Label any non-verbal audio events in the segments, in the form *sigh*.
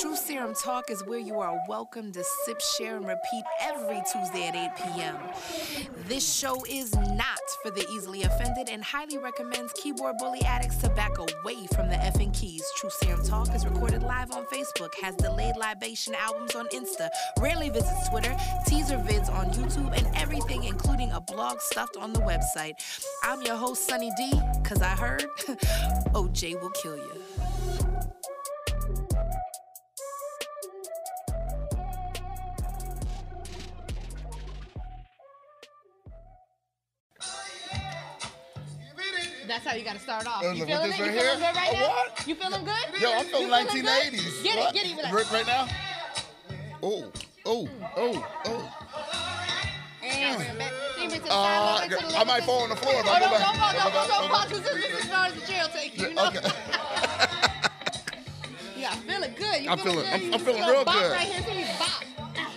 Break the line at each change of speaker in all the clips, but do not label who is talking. True Serum Talk is where you are welcome to sip, share, and repeat every Tuesday at 8 p.m. This show is not for the easily offended and highly recommends keyboard bully addicts to back away from the effing keys. True Serum Talk is recorded live on Facebook, has delayed libation albums on Insta, rarely visits Twitter, teaser vids on YouTube, and everything, including a blog stuffed on the website. I'm your host, Sunny D, because I heard *laughs* OJ will kill you.
That's how you gotta start off.
Uh,
You
look,
feeling
with
it? You
this right
feeling
here?
good right
A
now?
what?
You feeling good?
Yo, I'm
You
feeling
feeling good?
1980s.
Get it,
What?
get it. Relax.
Rip right now? Oh, oh, oh, oh.
And bring it back. Bring it to the
Uh,
side. bring it to the
I might
left.
fall on the floor if
Oh,
I go
don't,
back.
don't fall, don't fall,
Go
don't
*laughs*
fall,
back, go
'cause this is as far as the jail take you, you know?
Okay.
Yeah, I feel it good. You
I'm
feeling
feeling- I'm-
good. You
I'm
just
feeling
go
real
bop
good.
right here till you bop.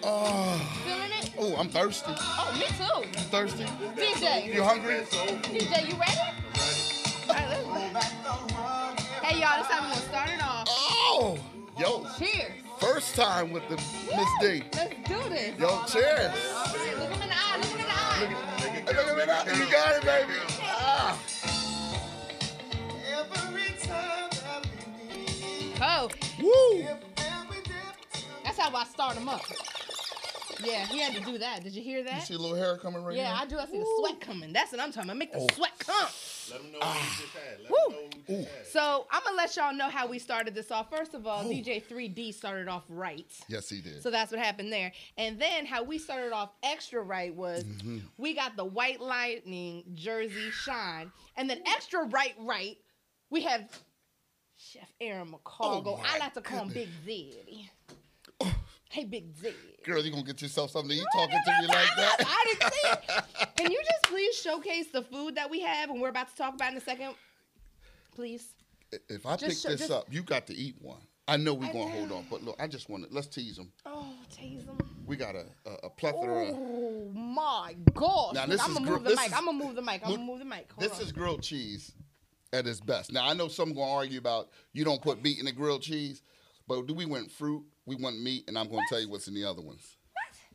Oh,
Feeling it?
oh, I'm thirsty.
Oh, me too.
Thirsty?
DJ,
You hungry?
DJ, you ready? All right, let's Hey, y'all, this time we're gonna start it off.
Oh, yo,
Cheers.
first time with the Miss D.
Let's do this.
Yo, cheers.
All right, look him in the eye, look him in the eye.
Hey, look at me now. You got it, baby. Ah,
Oh,
woo.
that's how I start him up. Yeah, he had to do that. Did you hear
You
that?
see a little hair coming right
Yeah, I
here?
do. I see the sweat coming. That's what I'm talking about. Make the
Oh.
sweat come.
Let them know what you just had. Let
Woo.
them know what you just had.
So I'm gonna let y'all know how we started this off. First of all, DJ 3D started off right.
Yes, he did.
So that's what happened there. And then how we started off extra right was
Mm-hmm.
we got the white lightning jersey shine. And then extra right right, we have Chef Aaron McCall.
Oh,
I
my
like to call him Big Zeddy. Hey Big Zed.
Girl, you gonna get yourself something to eat talking to me like
I,
that?
*laughs* I didn't see. it. Can you just please showcase the food that we have and we're about to talk about in a second? Please.
If I pick
Just show-
this
just-
up, you got to eat one. I know we're
I
gonna
know.
hold on, but look, I just want to let's tease him.
Oh, tease him.
We got a, a, a plethora. of-
Oh my gosh.
Now, this
I'm
is
gonna
gr-
move the
this
mic.
is-
I'm gonna move the mic. I'm
Look,
gonna move the mic. Hold
This
on.
is grilled cheese at its best. Now I know some gonna argue about you don't put meat in the grilled cheese, but we went fruit, we went meat, and I'm gonna tell you what's in the other ones.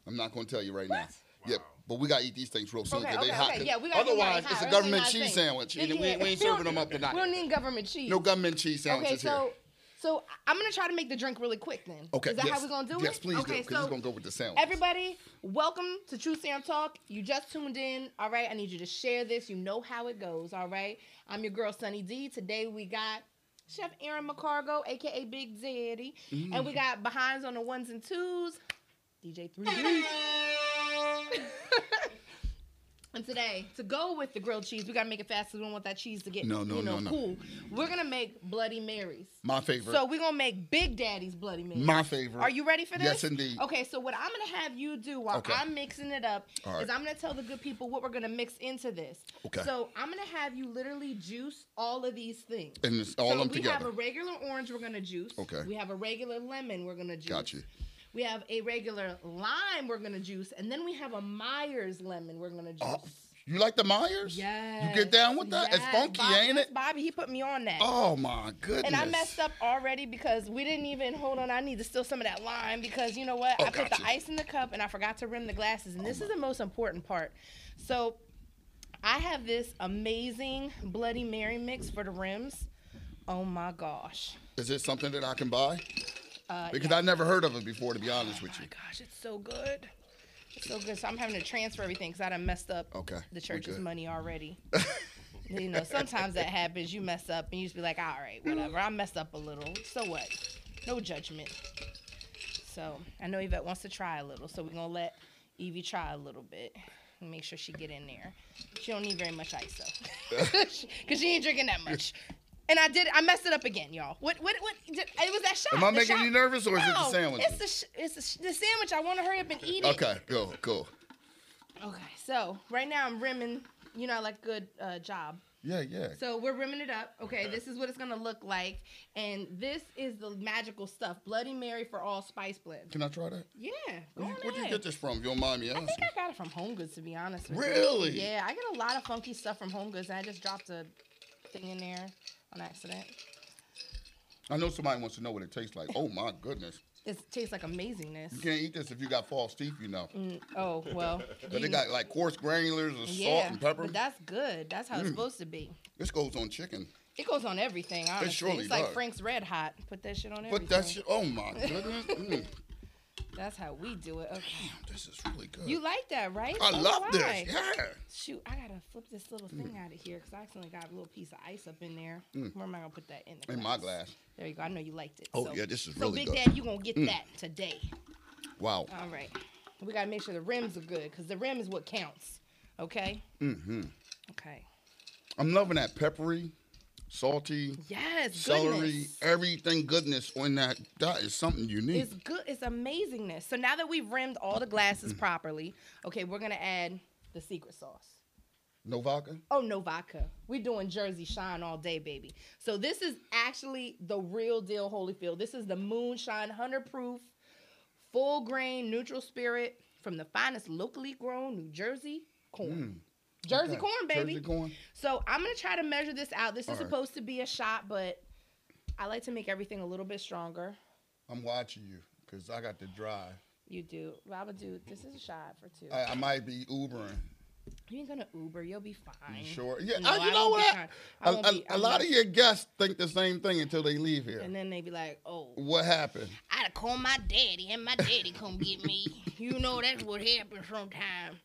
I'm not gonna tell you right now. Yeah, but we gotta eat these things real soon
Okay,
'cause
okay,
they hot.
okay.
'cause
Yeah, we gotta do mine
Otherwise,
hot.
it's a
Everything
government
I
cheese
think.
sandwich, and
Yeah,
we, we
yeah.
ain't
We don't-
serving
*laughs*
them up
we don't
tonight.
need government cheese.
No government cheese sandwiches
Okay, so
here.
so I'm gonna try to make the drink really quick then.
Okay,
Is that
yes.
how we're gonna do it?
Yes, please do,
okay,
because
so
it's gonna go with the sandwich.
Everybody, welcome to True Serum Talk. You just tuned in, all right? I need you to share this. You know how it goes, all right? I'm your girl Sunny D. Today we got Chef Aaron McCargo, aka Big Zeddy, and
Mm.
we got behinds on the ones and twos, DJ 3D. *laughs* And today, to go with the grilled cheese, we gotta make it fast. 'cause We don't want that cheese to get
No, no,
you know,
no, no.
cool. We're gonna make Bloody Marys.
My favorite.
So we're gonna make Big Daddy's Bloody Mary.
My favorite.
Are you ready for this?
Yes, indeed.
Okay, so what I'm gonna have you do while
Okay.
I'm mixing it up
All right.
is I'm gonna tell the good people what we're gonna mix into this.
Okay.
So I'm gonna have you literally juice all of these things.
And it's all
so
them
we have
together.
a regular orange we're gonna juice.
Okay.
We have a regular lemon we're gonna juice.
Got you.
We have a regular lime we're gonna juice, and then we have a Myers lemon we're gonna juice.
Oh, you like the Myers?
Yes.
You get down with that? It's
Yes,
funky,
Bobby,
ain't
that's
it?
Bobby, he put me on that.
Oh my goodness.
And I messed up already because we didn't even hold on. I need to steal some of that lime because you know what?
Oh,
I put
gotcha.
the
Oh,
ice in the cup and I forgot to rim the glasses. And this is the most important part. So I have this amazing Bloody Mary mix for the rims. Oh my gosh.
Is this something that I can buy?
Uh,
Because I never heard of it before, to be honest with
Oh
you.
my gosh, it's so good. It's so good. So I'm having to transfer everything because I done messed up
Okay,
the
we
church's
good.
money
*laughs*
already. you know, sometimes that happens. You mess up and you just be like, all right, whatever. I messed up a little. So what? No judgment. So I know Yvette wants to try a little. So we're going to let Evie try a little bit. and Make sure she get in there. She don't need very much ice though, *laughs* because she ain't drinking that much. And I did. I messed it up again, y'all. What? What? What? It was that shot.
Am I
the
making
shot-
you nervous or is it
no,
the sandwich?
It's the, sh- it's the, sh- the sandwich. I want to hurry up and eat it.
Okay, cool, cool.
Okay. So right now I'm rimming. You know, I like good uh, job.
Yeah, yeah.
So we're rimming it up. Okay, this is what it's gonna look like, and this is the magical stuff. Bloody Mary for all spice blend.
can I try that?
Yeah. Go
Where you,
on
where'd you
ahead.
get this from? If You don't mind me
I
asking.
think I got it from Home Goods, to be honest. With
Really?
You. Yeah, I get a lot of funky stuff from Home Goods, and I just dropped a thing in there on accident.
I know somebody wants to know what it tastes like. Oh my goodness.
It tastes like amazingness.
You can't eat this if you got false teeth, you know.
Oh
*laughs*
well.
But they
you-
got like coarse granulars of salt and pepper. Mm.
But that's good. That's how it's supposed to be.
This goes on chicken.
It goes on everything. Honestly,
surely
it's like
does.
Frank's Red Hot. Put that shit on everything.
But that's oh my goodness. Mm,
That's how we do it. Okay.
this is really good.
You like that, right?
I
So do
love
I.
this. Yeah. Mm.
Shoot, I gotta flip this little thing out of here because I accidentally got a little piece of ice up in there. Where am I gonna put that in? The
In my glass.
There you go. I know you liked it.
Oh,
so.
yeah, this is
so
really
So,
good. Mm.
Big Dad, you gonna get that today.
Wow.
All right. We gotta make sure the rims are good because the rim is what counts. Okay. Mm-hmm. Okay.
I'm loving that peppery, salty,
Yes.
celery,
goodness.
everything goodness on that. That is something unique.
It's good. It's amazingness. So now that we've rimmed all the glasses properly, okay, we're gonna add the secret sauce.
No vodka?
Oh no, vodka. We're doing Jersey Shine all day, baby. So this is actually the real deal, Holyfield. This is the Moonshine Hundred Proof, full grain neutral spirit from the finest locally grown New Jersey corn. Jersey
Mm, Okay.
corn, baby.
Jersey corn.
So I'm gonna try to measure this out. This is
Alright.
supposed to be a shot, but I like to make everything a little bit stronger.
I'm watching you because I got to drive.
You do. Robert, dude, this is a shot for two.
I, I might be Ubering.
you ain't gonna Uber. You'll be fine.
You sure? Yeah.
No,
I-
I
you know
won't be
what?
trying- I
A
won't
a-
be- I
a lot
won't-
of your guests think the same thing until they leave here.
And then they be like, oh,
What happened?
I would call my daddy and my daddy come get me. You know that's what happens sometimes.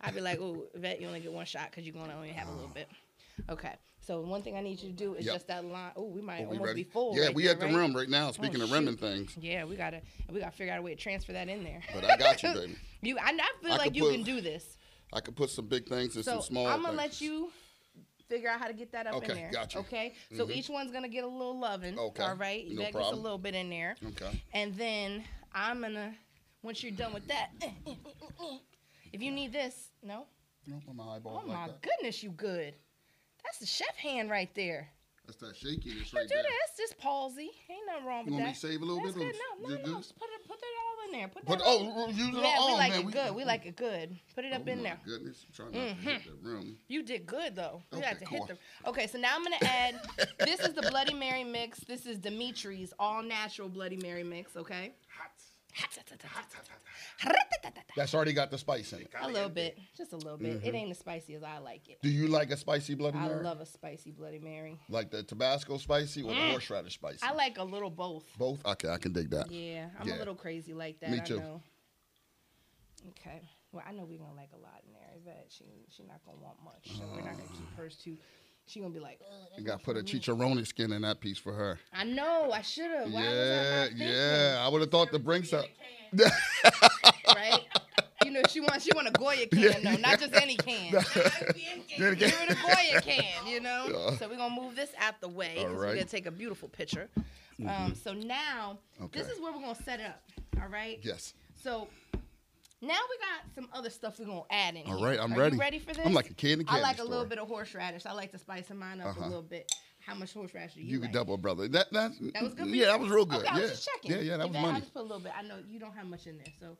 I'd be like, oh, vet, you only get one shot because you're gonna only have a little bit. Okay. So one thing I need you to do is
Yep.
just that line. Oh, we might
Are we
almost
ready?
be full.
yeah,
right
we
there,
at the
right? Oh,
rim right now. Speaking of
shoot.
rimming things,
Yeah, we gotta we gotta figure out a way to transfer that in there.
But I got
*laughs*
you, baby.
you, I, I feel
I
like
could
you
put-
can do this.
I could put some big things and
So
some small.
I'm gonna
things.
let you figure out how to get that up in
Okay,
there.
gotcha. Mm-hmm.
Okay. So each one's gonna get a little loving.
Okay,
All right.
no
that gets a
problem.
little bit in there.
Okay.
And then I'm gonna once you're done with that. eh, If you need this, no.
No, put my
Oh
eyeball like
my
that.
goodness, you good. That's the chef hand right there.
That's that shakiness
You
right
do
there.
that. That's just palsy. Ain't nothing wrong
You
with
want
that.
me to save a little
That's
bit or
good. No, no,
you
no.
good?
Put it, put it all in there. Put that.
But
all-
oh, you
yeah,
oh
we like
man,
it
we,
good. We like it good. Put it
oh
up in
my
there. Mm-hmm.
Goodness, I'm trying not to hit the room.
You did good though. You
Okay,
had to hit
cool.
the. Okay, so now I'm gonna add. this is the Bloody Mary mix. This is Dimitri's all natural Bloody Mary mix. Okay.
That's already got the spice in it.
A little bit, just a little bit. It ain't as spicy as I like it.
Do Mm-hmm. you like a spicy Bloody
I
Mary?
love a spicy Bloody Mary.
Like the Tabasco spicy or the horseradish spicy?
I like a little both.
Both. Okay, I can dig that.
Yeah, I'm a
Yeah.
little crazy like that.
Me
I
too.
know. Okay. Well, I know we're gonna like a lot in there, but she she not gonna want much. So we're not gonna
Ah.
keep hers too. She gonna be like, "Ugh,
You got to put a chicharroni skin in that piece for her.
I know I should have. Mm-hmm. Why was I
yeah,
not thinking?
yeah. I would have thought to bring some.
right? You know, she wants she want a Goya can though, not just any
*laughs*
can. Give her the Goya can, you know. So we're gonna move this out the way. 'cause
All
We're
right. Mm-hmm.
gonna take a beautiful picture. Um, so now this
Okay.
is where we're gonna set it up. All right.
Yes.
So now we got some other stuff we're gonna add in.
All
here.
right, I'm
Are
ready.
You ready for this?
I'm like a kid in a
I
candy
like a
store.
little bit of horseradish. I like to spice mine up a
Uh-huh.
little bit. How much horseradish do you,
You
like?
could double, brother. That that
That was good. for you?
Yeah, that was real good.
Okay, I
yeah,
was just checking.
yeah, yeah. That was
Yvette, I'll
money.
just put a little bit. I know you don't have much in there, so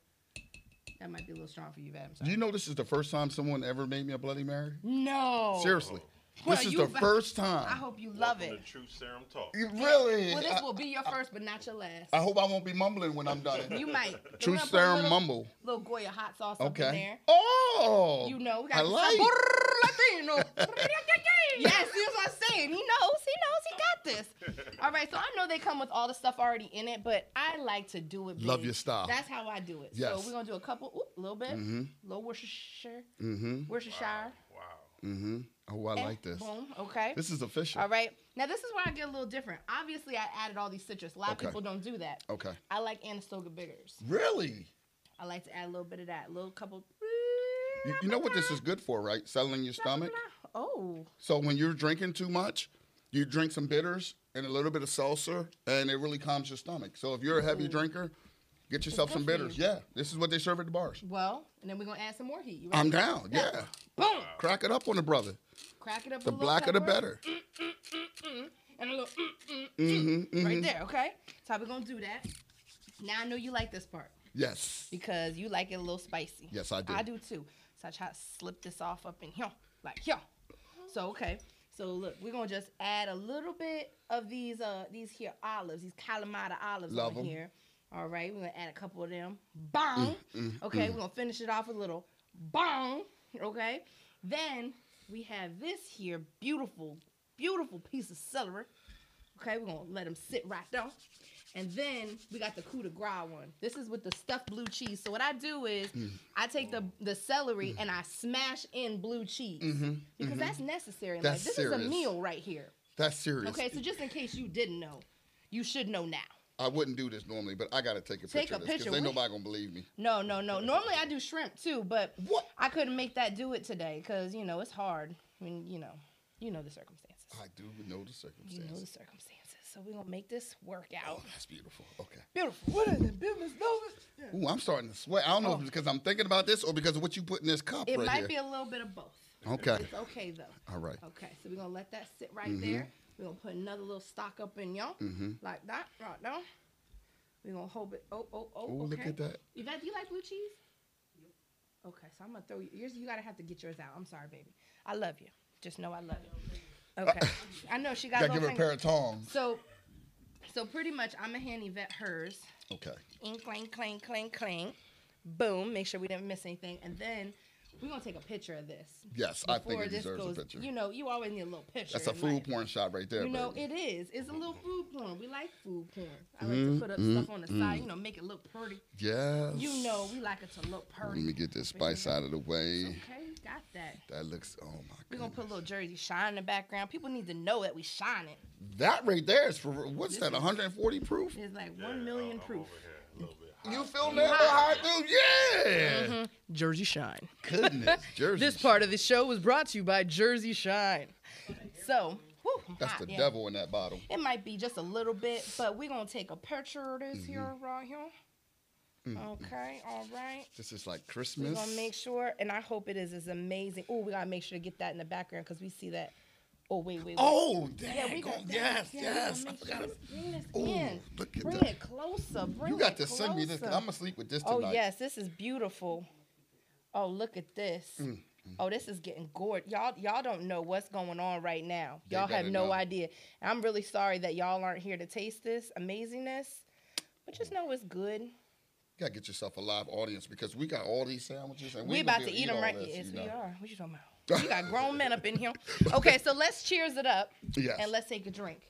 that might be a little strong for you, Vat. I'm
Do
sorry.
you know this is the first time someone ever made me a Bloody Mary?
no.
Seriously,
Well,
this is
you
the
va-
first
I
time.
hope you love it.
The truth serum talk.
You really.
Well, this
I,
will be your first, but not your last.
I hope I won't be mumbling when I'm done.
*laughs* You
*laughs*
might.
True
We're gonna put a
serum
little-
mumble.
Little Goya hot sauce up in
Okay.
there.
Oh.
You know, we
I
got
like. *laughs*
Latino. yes, see what I'm saying. He knows. He knows. He got this. All right. So I know they come with all the stuff already in it, but I like to do it.
Love
big.
your style.
That's how I do it.
Yes.
So we're gonna do a couple. Oop, a little bit. Little Worcestershire.
Mm-hmm.
Worcestershire.
Wow.
Mm-hmm. Oh, I
Eh,
like this.
Boom. Okay.
This is official.
all right. Now this is where I get a little different. Obviously, I added all these citrus. A lot
Okay. Oh.
of people don't do that.
Okay.
I like Anastoga bitters.
Really.
I like to add a little bit of that. A little couple.
You, you know what this is good for, right? Settling your stomach.
Oh.
So when you're drinking too much, you drink some bitters and a little bit of seltzer, and it really calms your stomach. So if you're a heavy
Mm-hmm.
drinker, get yourself some
good for
bitters.
you.
Yeah, this is what they serve at the bars.
Well, and then we're gonna add some more heat. You ready?
I'm down. Yeah.
Boom.
Crack it up on the brother.
Crack it up.
The
with a little
blacker the
pepper
better. Mm-hmm,
And a little mm, mm, mm, right there. Okay. So we're gonna do that. Now I know you like this part
Yes.
because you like it a little spicy.
Yes, I do.
I do too. So I try to slip this off up in here, like here. So okay. So look, we're gonna just add a little bit of these uh these here olives, these Kalamata olives
Love
on
'em.
here. All right, we're gonna add a couple of them. Bong.
Mm,
okay, we're gonna finish it off with a little bong. Okay, then we have this here beautiful, beautiful piece of celery. Okay, we're gonna let them sit right there. And then we got the coup de grace one. This is with the stuffed blue cheese. So what I do is I take the the celery and I smash in blue cheese because Mm-hmm. that's necessary. in
That's
life. this is
serious.
a meal right here.
That's serious.
Okay, so just in case you didn't know, you should know now.
I wouldn't do this normally, but I gotta take a
Take
picture
a
of this
picture.
because ain't
We-
nobody gonna believe me.
No, no, no. Normally I do shrimp too, but
What?
I couldn't make that do it today because you know it's hard. I mean, you know, you know the circumstances.
I do know the
You
circumstances.
know the circumstances. So we're gonna make this work out.
Oh, that's beautiful. Okay.
Beautiful. What is it? Business
Ooh, I'm starting to sweat. I don't know if
Oh.
it's because I'm thinking about this or because of what you put in this cup
It
right
might
here.
be a little bit of both.
okay.
It's okay though.
All right. Mm-hmm.
Okay, so we're gonna let that sit right there. We're gonna put another little stock up in y'all, like that, right now. We're gonna hold it. Oh, oh, oh.
Ooh,
okay.
look at that.
Yvette, do you like blue cheese? Okay, so I'm gonna throw you. Yours, you gotta have to get yours out. I'm sorry, baby. I love you. Just know I love you.
*laughs*
Okay. I know she got a
Gotta
little
give her
finger-
a pair of tongs.
So, so pretty much, I'm gonna hand Yvette hers.
Okay.
Ink, clang, clang, clang, clang. Boom. Make sure we didn't miss anything, and then we're gonna take a picture of this.
Yes, I think it deserves a picture.
You know, you always need a little picture.
That's a
in
food
life.
porn shot right there,
You know,
baby.
it is. It's a little food porn. We like food porn. I like
Mm-hmm,
to put up stuff on the
mm.
side, you know, make it look pretty.
yes.
You know, we like it to look
Let me
pretty.
get this spice out of the way.
Okay, got that.
That looks. Oh my
We're gonna
god.
put a little Jersey shine in the background. People need to know that we shine it.
That right there is for what's that? 140 proof.
It's like one million proof.
You feel that? Hot. dude? Yeah.
Mm-hmm. Jersey shine.
*laughs*
*laughs*
Goodness, Jersey.
This part of the show was brought to you by Jersey Shine. So, whew, I'm
That's
hot,
the
yeah.
devil in that bottle.
It might be just a little bit, but we're gonna take a picture of this
Mm-hmm.
here, right here. Okay, all right.
This is like
We're
Christmas.
gonna make sure, and I hope it is as amazing. Oh, we gotta make sure to get that in the background because we see that. Oh wait, wait, wait.
Oh, dang.
yeah, we
go-
got that.
yes,
Yeah, we gotta
yes. I
make
forgot.
sure- Bring this
Ooh,
in.
look at
Bring
that.
it closer. Bring
You got
it
to send me this. I'm
closer.
gonna sleep with this
Oh
tonight.
yes, this is beautiful. Oh look at this.
Mm,
Oh, this is getting gorgeous. Y'all, y'all don't know what's going on right now.
They
Y'all have
better
no
know.
idea. And I'm really sorry that y'all aren't here to taste this amazingness, but just know it's good.
You gotta get yourself a live audience because we got all these sandwiches and
We,
we ain't gonna
about to
be able
eat them
all
right.
this,
yes,
you
we
know.
are. What you talking
*laughs*
about? We got grown men up in here. Okay, so let's cheers it up
Yes.
and let's take a drink.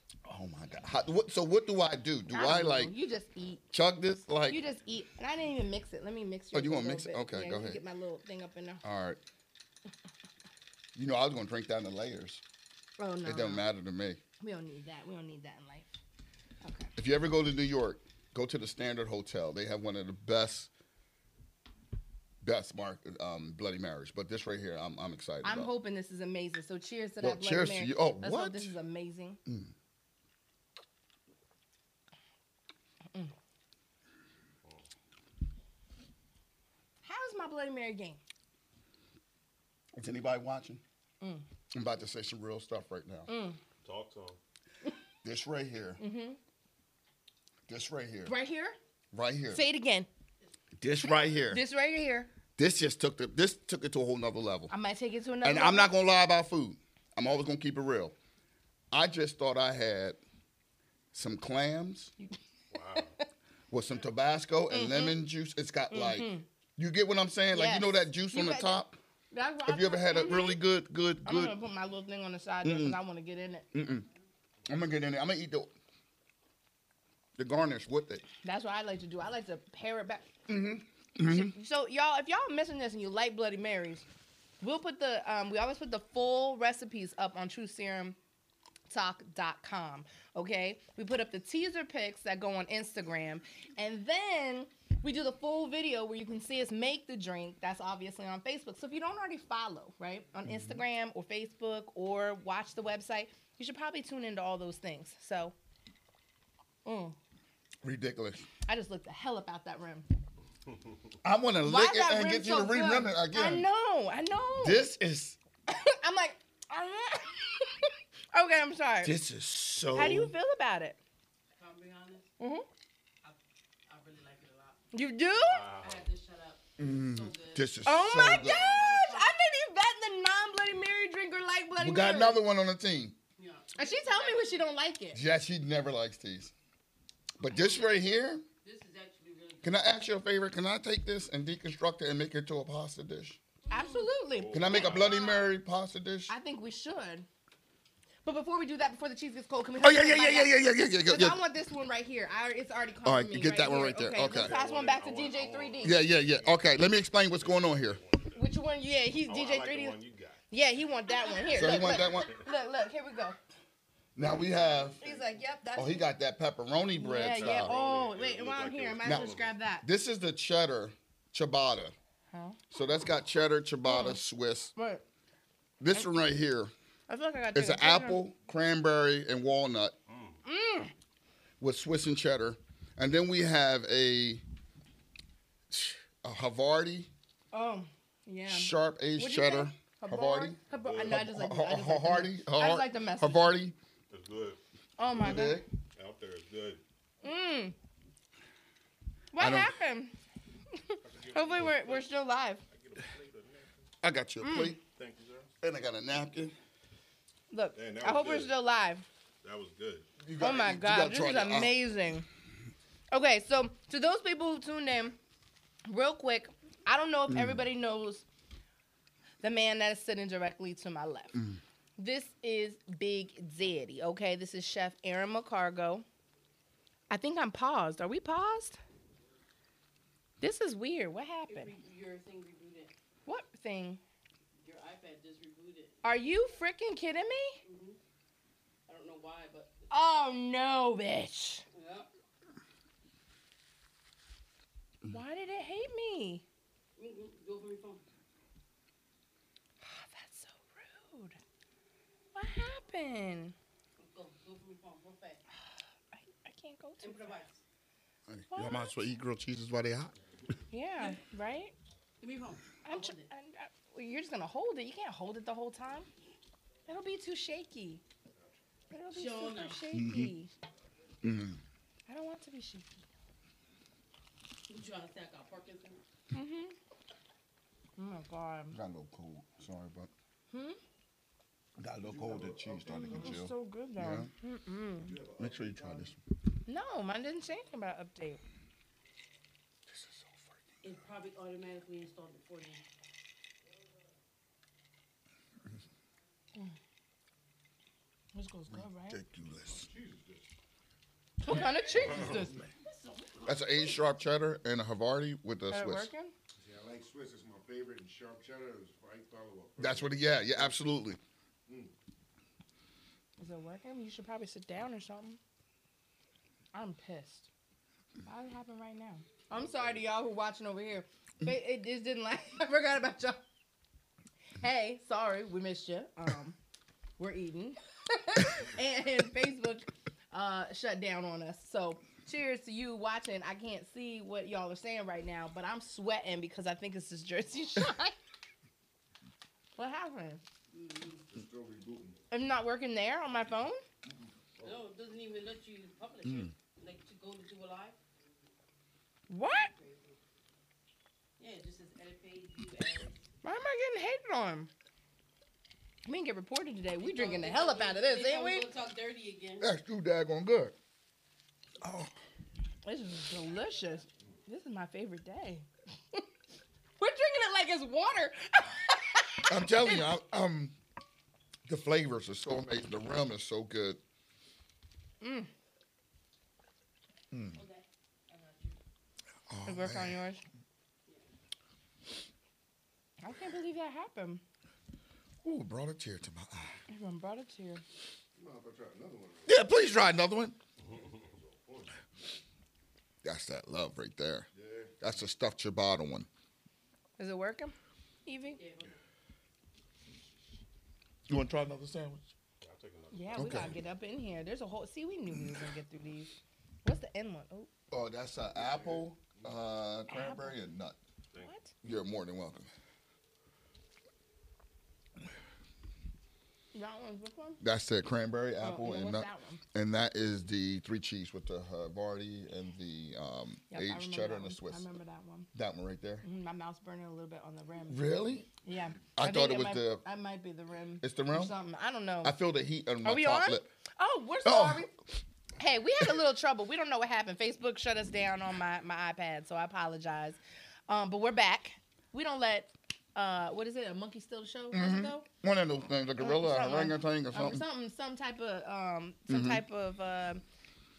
Oh my god. How, what, so what do I do? Do
don't
I,
know.
like
You just eat.
chug this? Like
You just eat. And I didn't even mix it. Let me mix it.
Oh, you wanna mix it? Okay, go ahead. Uh,
Get my little thing up in there.
all right. You know I was gonna drink down the layers.
Oh no.
It
no.
don't matter to me.
We don't need that. We don't need that in life. Okay.
If you ever go to New York, go to the Standard Hotel. They have one of the best, best mark um, Bloody Marys. But this right here, I'm, I'm excited.
I'm
about.
hoping this is amazing. So cheers to
Well,
that. Bloody
cheers to
Mary.
you. Oh,
Let's
what?
Hope this is amazing. Mm. How's my Bloody Mary game?
Is anybody watching?
Mm.
I'm about to say some real stuff right now.
Talk to him.
This right here. This right here. Right,
Mm-hmm. Right here.
here.
Say it again. *laughs*
This right here. This,
This right here.
just took the this took it to a whole nother level.
I might take it to another.
and I'm not
level.
gonna lie about food. I'm always gonna keep it real. I just thought I had some clams with some Tabasco
Mm-hmm.
and lemon juice. It's got like you get what I'm saying? Like you
Yes.
know that juice
You
on the
got that-
top?
That's why
Have you ever had a
Mhm.
really good, good,
I'm
good
gonna put my little thing on the side there because I want to get in it.
I'm gonna get in there. I'm gonna eat the the garnish with it.
That's what I like to do. I like to pair it back. So y'all, if y'all missing this and you like Bloody Marys, we'll put the um, we always put the full recipes up on TrueSerumTalk.com. Okay, we put up the teaser pics that go on Instagram, and then we do the full video where you can see us make the drink. That's obviously on Facebook. So if you don't already follow, right, on Instagram or Facebook or watch the website, you should probably tune into all those things. So. Mm.
Ridiculous.
I just looked the hell up out that room.
I want to lick it and get you to
good?
re-run it again.
I know, I know.
This is
I'm like, uh-huh. *laughs* okay, I'm sorry.
this is so.
How do you feel about it?
If I'm being honest,
hmm
I really like it a lot.
You do?
I had to shut up. So good.
This is
Oh
so
my
good.
gosh! I didn't even bet the non Bloody Mary drinker like Bloody bloody
We got
Mary.
another one on the team.
Yeah.
And she told me when she don't like it.
Yeah, she never likes teas. But this right here,
This is actually really good.
can I ask you a favor? Can I take this and deconstruct it and make it to a pasta dish?
Absolutely.
Can I make a Bloody Mary pasta dish?
I think we should. But before we do that, before the cheese gets cold, can we?
Oh yeah, yeah, yeah, yeah, yeah, yeah, yeah, yeah,
'Cause
yeah.
I want this one right here. I, it's already called
All right,
me
get
right
that one
here.
right there.
Okay,
Okay.
let's pass one back to DJ
Yeah,
3D.
yeah, yeah. Okay, let me explain what's going on here.
Which one? Yeah, he's
Oh, I
DJ
like the
3D.
one you got.
Yeah, he want that one. Here,
So
look,
you want
look,
that one?
look, look, here we go.
Now we have.
He's like, yep, that's.
Oh, he got that pepperoni bread.
Yeah, yeah.
style.
Oh, wait, while I'm here, I might as
Now-
well just grab that.
This is the cheddar ciabatta.
Huh?
So that's got cheddar, ciabatta, Swiss.
But
This one right here
I feel like I got.
is an apple, cranberry, and walnut
Mm.
with Swiss and cheddar. And then we have a, a Havarti
Oh, yeah.
sharp aged
What'd you say?
cheddar. Havarti.
Havarti. I know, I just like. I just like the-
Havarti.
I just like the message.
Havarti.
It's good.
Oh my
You
god.
dig?
Out there, it's good.
Mm.
I
What
don't-
*laughs*
happened? Hopefully we're we're still live.
I got
Mm.
your plate
Thank you, sir.
and I got a napkin.
Look,
Dang, that
I
was
hope we're
good.
still live.
That was good.
You
Oh
gotta-
my
you gotta
god, this
try
is
that. Uh,
amazing. Okay, so to those people who tuned in, real quick, I don't know
Mm.
if everybody knows the man that is sitting directly to my left.
Mm.
This is Big Daddy. Okay, this is Chef Aaron McCargo. I think I'm paused. Are we paused? This is weird. What happened?
Re- Your thing rebooted.
What thing?
Your iPad just rebooted.
Are you freaking kidding me?
I don't know why, but
Oh no, bitch.
yeah.
Mm.
Why did it hate me?
Mm-mm. Mm-hmm. Go from your phone.
Oh, that's so rude. What happened?
Go. Go from your phone. Real fast.
I, I can't go to
Improvise.
Y'all might as well eat grilled cheeses while they hot.
Yeah, right?
Give me your phone.
I'm tr- I, I, well, you're just gonna hold it. You can't hold it the whole time. It'll be too shaky. It'll be
Sure
super
enough.
shaky.
Mm.
I don't want to be shaky.
You trying to stack our parking thing?
Mm-hmm. Oh my god.
Got a little cold. Sorry, but.
Hmm?
Got a little cold. That cheese started to
It's
congeal.
so good though. Mm-mm.
Make sure you try this.
No, mine didn't say anything about update.
This is so freaking.
It probably automatically installed before then.
This goes good, right?
Ridiculous.
What kind of cheese is this?
That's an aged sharp cheddar and a Havarti with a
Is it
Swiss.
working?
See, I like Swiss. It's my favorite, and sharp cheddar is my follow up.
That's what. Yeah, yeah, absolutely.
Is it working? You should probably sit down or something. I'm pissed. Why did it happen right now? I'm sorry to y'all who watching over here. It, it just didn't last. *laughs* I forgot about y'all. Hey, sorry, we missed you. Um, we're eating, *laughs* and, and Facebook uh, shut down on us. So cheers to you watching. I can't see what y'all are saying right now, but I'm sweating because I think it's this Jersey *laughs* shine. what happened?
It's still rebooting.
I'm not working there on my phone.
No, it doesn't even let you publish it. Like to go to do a live.
What?
Yeah, it just says edit page. You add.
Why am I getting hated on? We didn't get reported today. We
They
drinking the
gonna-
hell
they
up out of
gonna-
this,
they
ain't
gonna
we?
Go talk dirty again.
That's too daggone good. Oh,
This is delicious. This is my favorite day. *laughs* We're drinking it like it's water.
I'm telling you, I, um, the flavors are so amazing. The rum is so good.
Mm.
Okay. I got you.
Mm. Oh,
It worked on
man.
yours. I can't believe that happened.
Ooh, brought a tear to my eye.
Everyone brought it to you.
You might have to try another one.
Yeah, please try
*laughs*
another one. That's that love right there.
Yeah.
That's the stuffed ciabatta one.
Is it working, Evie?
Yeah, hold on.
You want to try another sandwich?
I'll take another.
Yeah, we
Okay.
gotta get up in here. There's a whole. See, we knew we was gonna get through these. What's the end one? Oh,
Oh, that's an apple, uh, cranberry, and nut.
what?
You're more than welcome.
That one's which one?
That's the cranberry
Oh,
apple,
no,
and
what's
that,
that one?
and that is the three cheese with the Havarti and the um,
Yep, I
aged
remember
cheddar
that
and the
one.
Swiss.
I remember that one.
That one right there.
Mm, My mouth's burning a little bit on the rim.
Really?
Yeah.
I
think
thought it was
might,
the-
I might be the rim.
It's the
or
rim?
Something. I don't know.
I feel the heat on my
uh, Are we
top
on?
lip.
Oh, we're
Oh.
sorry. Hey, we had a little trouble. We don't know what happened. Facebook shut us down on my, my iPad, so I apologize. Um, but we're back. We don't let uh, what is it? A monkey steal the show?
Mm-hmm.
What's it though?
One of those
Uh,
things, a gorilla,
something.
a orangutan, or
Um,
something.
something, some type of, um, some
Mhm.
type of uh,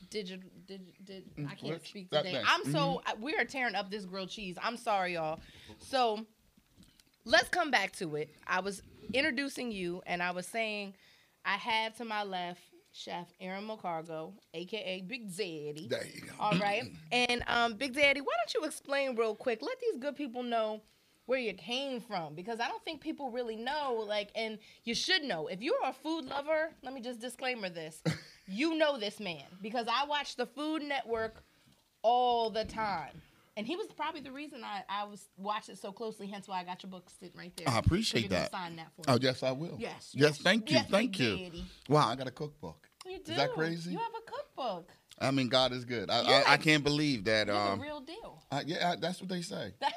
digital. Digi, dig, I can't
which-
speak
Mm, that
today.
thing. Mm-hmm.
I'm so I- we are tearing up this grilled cheese. I'm sorry, y'all. So let's come back to it. I was introducing you, and I was saying I have to my left Chef Aaron Mocargo, aka Big Zaddy.
There you go.
All right. And um, Big Daddy, why don't you explain real quick? Let these good people know where you came from because I don't think people really know. Like, and you should know. If you're a food lover, let me just disclaimer
*laughs*
this. You know this man because I watch the Food Network all the time. And he was probably the reason I, I was watched it so closely, hence why I got your book sitting right there.
I appreciate
So you're gonna
that.
Sign that for
Oh
me.
yes, I will.
Yes,
Yes, thank you,
yes,
thank
Big
you.
Daddy.
Wow, I got a cookbook.
You do.
Is that crazy?
You have a cookbook.
I mean, God is good. I
Yeah.
I, I can't believe that.
You're
Um,
the real deal.
I, yeah, I, that's what
*laughs*
they say. I,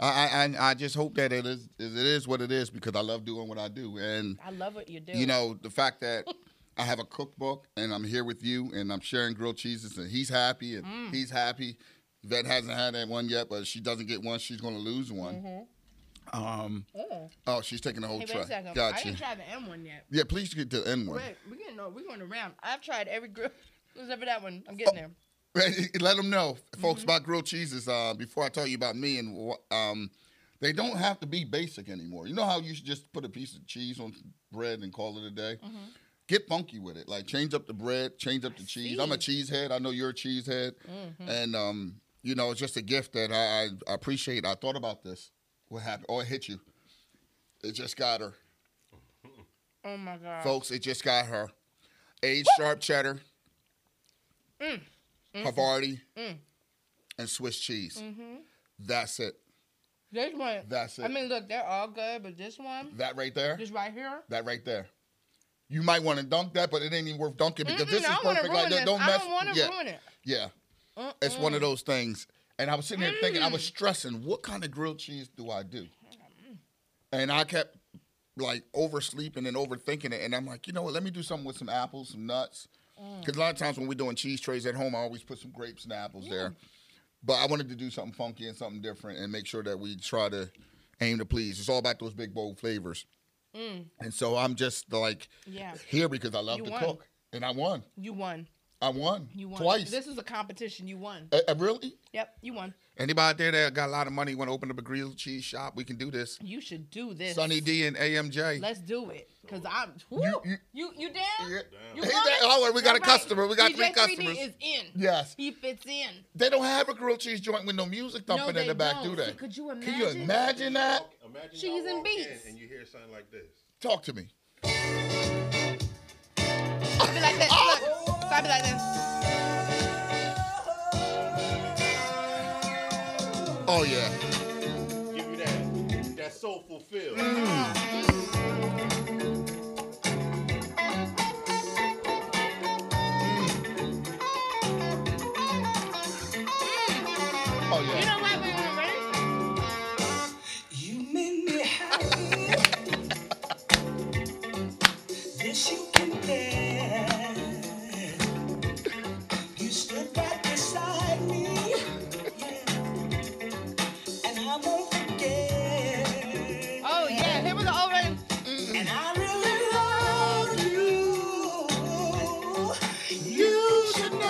I- I I just hope that it is it is what it is because I love doing what I do and
I love what you do.
you know the fact that *laughs* I have a cookbook and I'm here with you and I'm sharing grilled cheeses and he's happy and
Mm.
he's happy. Yvette hasn't had that one yet, but if she doesn't get one, she's gonna lose one. Um,
Mm.
oh, she's taking the whole
Hey, wait a
truck.
second. I
Gotcha.
didn't try the M one yet.
yeah, please get the N one.
Wait, we're getting no, we're going around. I've tried every grill *laughs* except for that one. I'm
Oh.
getting there.
*laughs* Let them know, folks, about grilled cheeses. Uh, before I tell you about me and wh- um, they don't have to be basic anymore. You know how you should just put a piece of cheese on bread and call it a day. Get funky with it. Like change up the bread, change up the cheese. I'm a cheese head. I know you're a cheese head, and um, you know it's just a gift that I, I appreciate. I thought about this. What happened? Oh, it hit you. It just got her,
Oh my god.
folks. It just got her. Aged sharp cheddar,
Mm. Mm-hmm.
Havarti, and Swiss cheese. That's it.
this one.
That's it.
Mm-hmm.
Mm.
I mean, look, they're all good, but this one,
That right there.
this right here.
That right there. You might want to dunk that, but it ain't even worth dunking because
Mm-mm,
this is
I wanna
perfect. Like
ruin
that.
this.
Don't
I
mess.
don't want to
yeah,
ruin it.
yeah. It's one of those things. And I was sitting there thinking, I
Mm.
was stressing, what kind of grilled cheese do I do? And I kept like oversleeping and overthinking it. And I'm like, you know what? Let me do something with some apples, some nuts.
Mm.
Because a lot of times when we're doing cheese trays at home, I always put some grapes and apples there. But I wanted to do something funky and something different and make sure that we try to aim to please. It's all about those big, bold flavors. And so I'm just like
Mm. Yeah.
here because I love
You
to
won.
cook. And I won.
You won.
I won.
You won.
Twice.
This is a competition. You won.
Uh, uh, really?
Yep. You won.
Anybody out there that got a lot of money, want to open up a grilled cheese shop? We can do this.
You should do this.
Sonny D and AMJ.
Let's do it, cause I'm. Woo, you,
you-
you down?
Yeah.
You
Hey,
want
there-
it?
oh, we got a
Alright.
customer. We got
DJ
three
3D
customers.
Is in.
Yes.
He fits in.
They don't have a grilled cheese joint with no music thumping
they
in the back,
don't.
do they?
See, could you
Can you
imagine?
imagine that?
Imagine
Cheese
y'all
and
walk in
beets.
and you hear something like this.
Talk to me.
I'd be like this. Look. So I'd be like this.
Oh, yeah.
Give you that that soulful feel.
Mm-hmm.
Oh,
You
yeah.
know why we weren't ready?
You made me happy. this you can bear. You stood right beside me. Yeah. And I won't forget.
Oh yeah, here we go. Already.
And I really love you. You should know.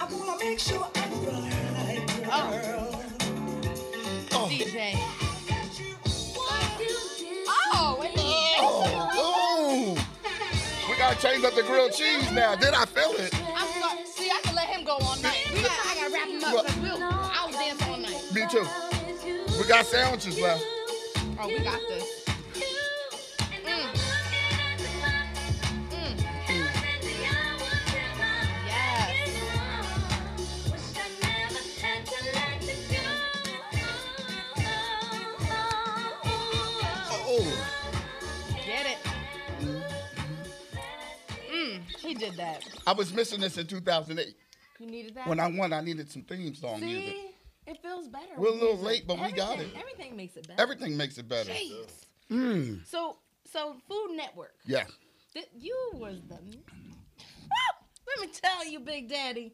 I'm gonna make sure I'm right, girl.
DJ. Oh,
Oh, ooh. We got to change up the grilled cheese now. Did I feel it?
I'm sorry. See, I can let him go all night. We got, I gotta wrap him up. Cause we'll, I'll dance all night.
Me too. We got sandwiches left.
Oh, we got this. Mm. Yes.
Oh, Mm-hmm.
needed that.
I was missing this in 2008.
You needed that.
When I won, I needed some theme song music.
See, it feels better.
We're a
with
little
music.
late, but we got
Everything-
it.
Everything makes it better.
Everything makes it better.
Jeez.
Mm.
So, so Food Network.
Yeah.
Th- you was the. Let me tell you, Big Daddy.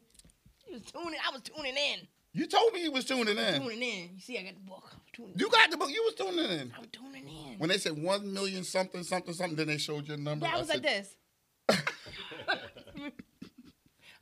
You was tuning. I was tuning in.
You told me you was tuning in.
Tuning in. You see, I got the book. I'm tuning.
You got the book. You was tuning in.
I'm tuning in.
When they said one million something something something, then they showed your number.
yeah, I was like
said-
this. *laughs*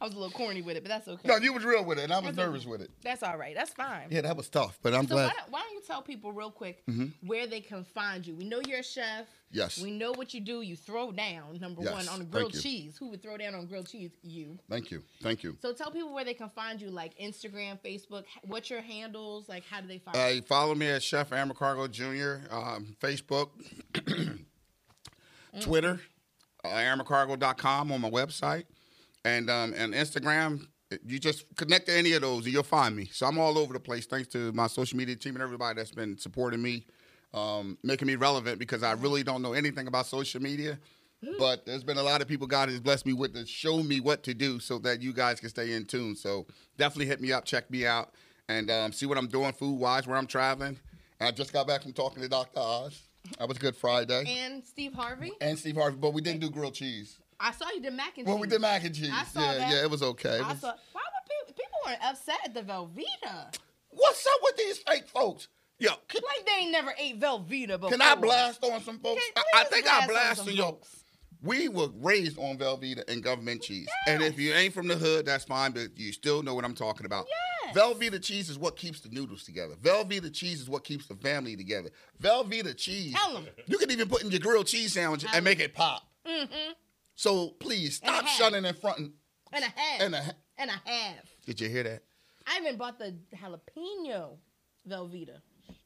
I was a little corny with it, but that's okay.
No, you was real with it, and I was
I said-
nervous with it.
that's all right. That's fine.
Yeah, that was tough, but I'm
So
glad.
why, don't- why don't you tell people real quick where they can find you? We know you're a chef.
Yes.
We know what you do. You throw down number
Yes,
one on
thank
grilled
you.
cheese. Who would throw down on grilled cheese? You.
Thank you. Thank you.
So tell people where they can find you, like Instagram, Facebook. h- What's your handles? Like, how do they find? you?
Uh, follow me at Chef Amercargo Jr. Um, Facebook, *clears throat* Twitter, uh, amercargo.com on my website, and um, and Instagram. You just connect to any of those and you'll find me. So I'm all over the place. Thanks to my social media team and everybody that's been supporting me, um, making me relevant because I really don't know anything about social media. But there's been a lot of people God has blessed me with to show me what to do so that you guys can stay in tune. So definitely hit me up, check me out, and um, see what I'm doing food wise, where I'm traveling. I just got back from talking to Dr. Oz. That was Good Friday.
And Steve Harvey.
And Steve Harvey, but we didn't do grilled cheese.
I saw you did mac and cheese.
Well, we did mac and cheese.
I saw
yeah,
that.
yeah, it was okay. It
I
was-
saw. Why would people? People weren't upset at the Velveeta.
What's up with these fake folks? Yo, can,
Like they ain't never ate Velveeta before.
can I blast on some folks?
Can-
I, I
please
think I
blast on
blast
some
on y'all.
folks.
We were raised on Velveeta and government cheese. And if you ain't from the hood, that's fine, but you still know what I'm talking about.
Yes.
Velveeta cheese is what keeps the noodles together. Velveeta cheese is what keeps the family together. Velveeta cheese.
Tell 'em.
You can even put in your grilled cheese sandwich and make it pop. Mm-hmm. So please
And a
stop
half.
shunning in front and,
And a half.
and a ha-
and a half.
Did you hear that?
I even bought the jalapeno Velveeta.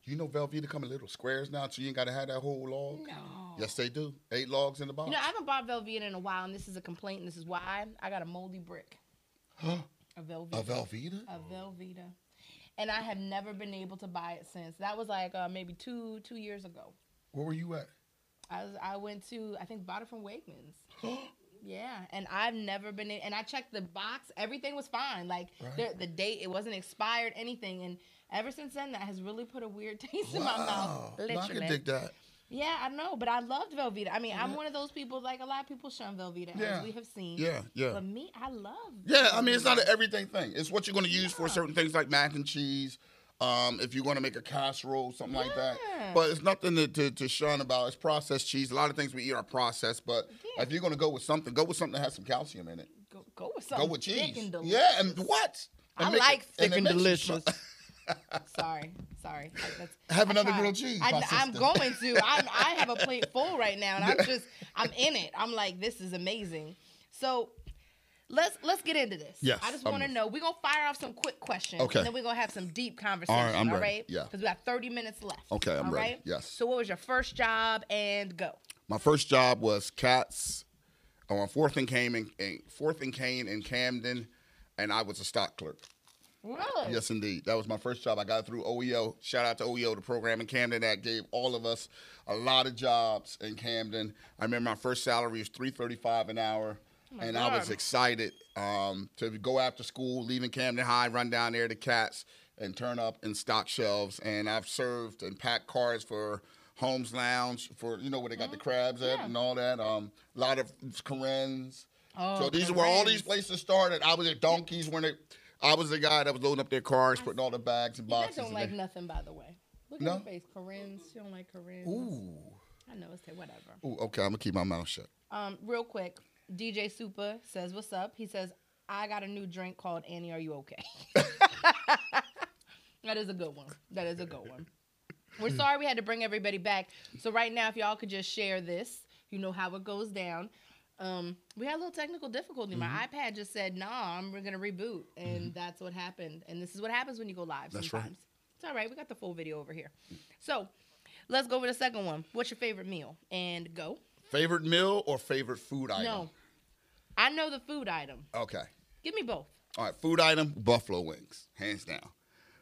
You know Velveeta come in little squares now, so you ain't gotta have that whole log.
No.
Yes, they do. Eight logs in the box.
You know, I haven't bought Velveeta in a while, and this is a complaint, and this is why. I got a moldy brick. a Velveeta.
a Velveeta?
a Velveeta. And I have never been able to buy it since. That was like uh, maybe two two years ago.
Where were you at?
I was, I went to I think bought it from Wegmans.
*gasps*
yeah, and I've never been in. And I checked the box; everything was fine. Like
Right.
the, the date, it wasn't expired, anything. And ever since then, that has really put a weird *laughs* taste in my mouth.
Wow. No, I
Literally.
can dig that.
Yeah, I know, but I loved Velveeta. I mean, I'm one of those people. Like a lot of people shun Velveeta,
Yeah.
as we have seen.
Yeah, yeah.
But me, I love.
Yeah, I mean it's not
Velveeta.
an everything thing. It's what you're going to use for certain things like mac and cheese. Um, if you're going to make a casserole, something like that.
Yeah.
But it's nothing to, to, to shun about. It's processed cheese. A lot of things we eat are processed, but
Yeah.
if you're going to go with something, go with something that has some calcium in it.
go, go with
Go
something.
with
thick
cheese.
and delicious.
yeah, and what? And
I
make it-
like thick
it
and
makes you
delicious.
*laughs* smell-
sorry, sorry. I- That's,
Have
I
another
tried.
grilled cheese, my
I, am
sister.
going
*laughs*
to. I'm, I have a plate full right now, and I'm just I'm in it. I'm like, this is amazing. So. Let's let's get into this.
Yes,
I just
I'm
want to
with-
know. We're gonna fire off some quick questions,
Okay.
and then we're gonna have some deep conversation.
I'm
all
ready.
right?
Yeah.
Because we got 30 minutes left.
Okay, I'm
all
ready.
right?
Yes.
So, what was your first job? And go.
my first job was Cats on Fourth and Kane in, in Fourth and Kane in Camden, and I was a stock clerk.
Really?
Yes, indeed. That was my first job. I got through OEO. Shout out to OEO, the program in Camden that gave all of us a lot of jobs in Camden. I remember my first salary was three thirty-five an hour, and I was
God.
excited um, to go after school, leaving Camden High, run down there to Cats, and turn up in stock shelves. And I've served and packed cars for. Holmes Lounge for you know where they got the crabs at and all that. Um, a lot of Corinne's.
Oh,
so these were all
Corinne's.
these places started. I was at Donkeys when it. I was the guy that was loading up their cars, putting all the bags and
You guys
boxes.
don't
in
like
there.
nothing, by the way. Look
No?
at your face, Corinne. She don't like Corinne.
Ooh.
I know. It's whatever.
Ooh. Okay, I'm gonna keep my mouth shut.
Um, real quick, DJ Super says, "What's up?" He says, "I got a new drink called Annie. Are you okay?" *laughs* that is a good one. That is a good one. We're sorry we had to bring everybody back. So right now, if y'all could just share this, you know how it goes down. Um, we had a little technical difficulty. My
Mm-hmm.
iPad just said, "Nah, I'm gonna reboot," and that's what happened. And this is what happens when you go live
That's right.
sometimes. It's all right. We got the full video over here. So let's go over the second one. What's your favorite meal? And go.
Favorite meal or favorite food item?
No. I know the food item.
Okay.
Give me both.
All right. Food item: buffalo wings, hands down.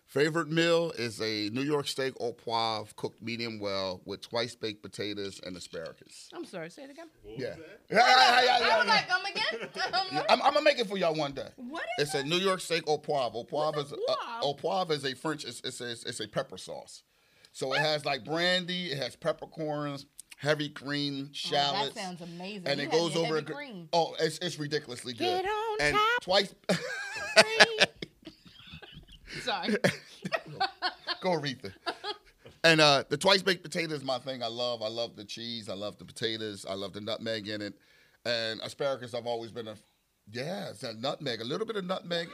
Favorite meal is a New York steak au poivre cooked medium well with twice baked potatoes and asparagus.
I'm sorry, say it again.
Yeah. Yeah, yeah, yeah, yeah,
I was
yeah.
like, um,
*laughs*
again? Um,
I'm, I'm gonna make it for y'all one day.
what is
It's a New York steak au poivre. Au poivre is
What's a
a, au poivre is a French. It's it's a, it's a pepper sauce. So it has like brandy. It has peppercorns, heavy cream,
Oh, that?
shallots,
sounds amazing.
and
You
it
had
goes
your
over. A,
heavy
gr- *laughs*
green.
oh, it's it's ridiculously
Get
good.
on
and
top.
twice.
Sorry.
*laughs* Go Aretha. And uh, the twice baked potato is my thing. I love. I love the cheese. I love the potatoes. I love the nutmeg in it. And asparagus, I've always been a yeah. It's that nutmeg. A little bit of nutmeg,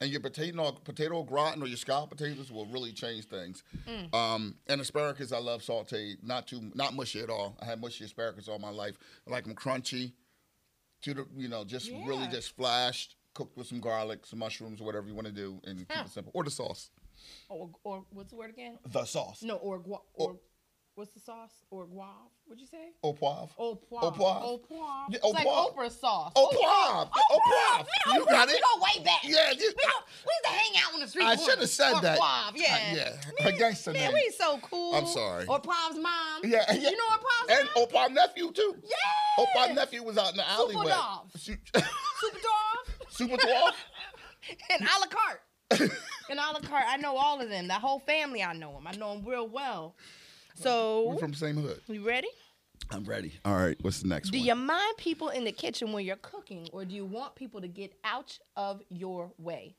and your potato potato au gratin or your scallop potatoes will really change things. Um, and asparagus, I love sauteed. Not too not mushy at all. I had mushy asparagus all my life. I like them crunchy, to the you know just really
Yeah.
just flashed, cooked with some garlic, some mushrooms, whatever you want to do, and keep it simple. Or the sauce.
or, or what's the word again?
The sauce.
No, or gua-
Or-
or, what's the sauce? Or guave? What'd you say?
Au poivre.
Au poivre.
Au poivre.
Au poivre.
Yeah,
It's
au
like
poivre.
Oprah sauce.
Au poivre. Au poivre.
We
You got
we
it.
go way back.
Yeah, you-
we, go, we used to hang out on the street.
I
corner.
shoulda said
Or
that.
Poivre. Yeah.
Uh, yeah. Her gangster
man,
name.
we so cool.
I'm sorry.
Or Poivre's mom.
Yeah, yeah.
You know what Poivre's
And
mom?
au poivre nephew too.
Yeah.
Au poivre nephew was out in the alleyway.
Dove.
Su- *laughs*
Super dog.
Super dwarf.
And a la carte.
*laughs*
and a la carte. I know all of them. That whole family, I know them. I know them real well. So,
We're from the same hood.
you ready?
I'm ready. All right. What's the next
Do
one?
you mind people in the kitchen when you're cooking, or do you want people to get out of your way?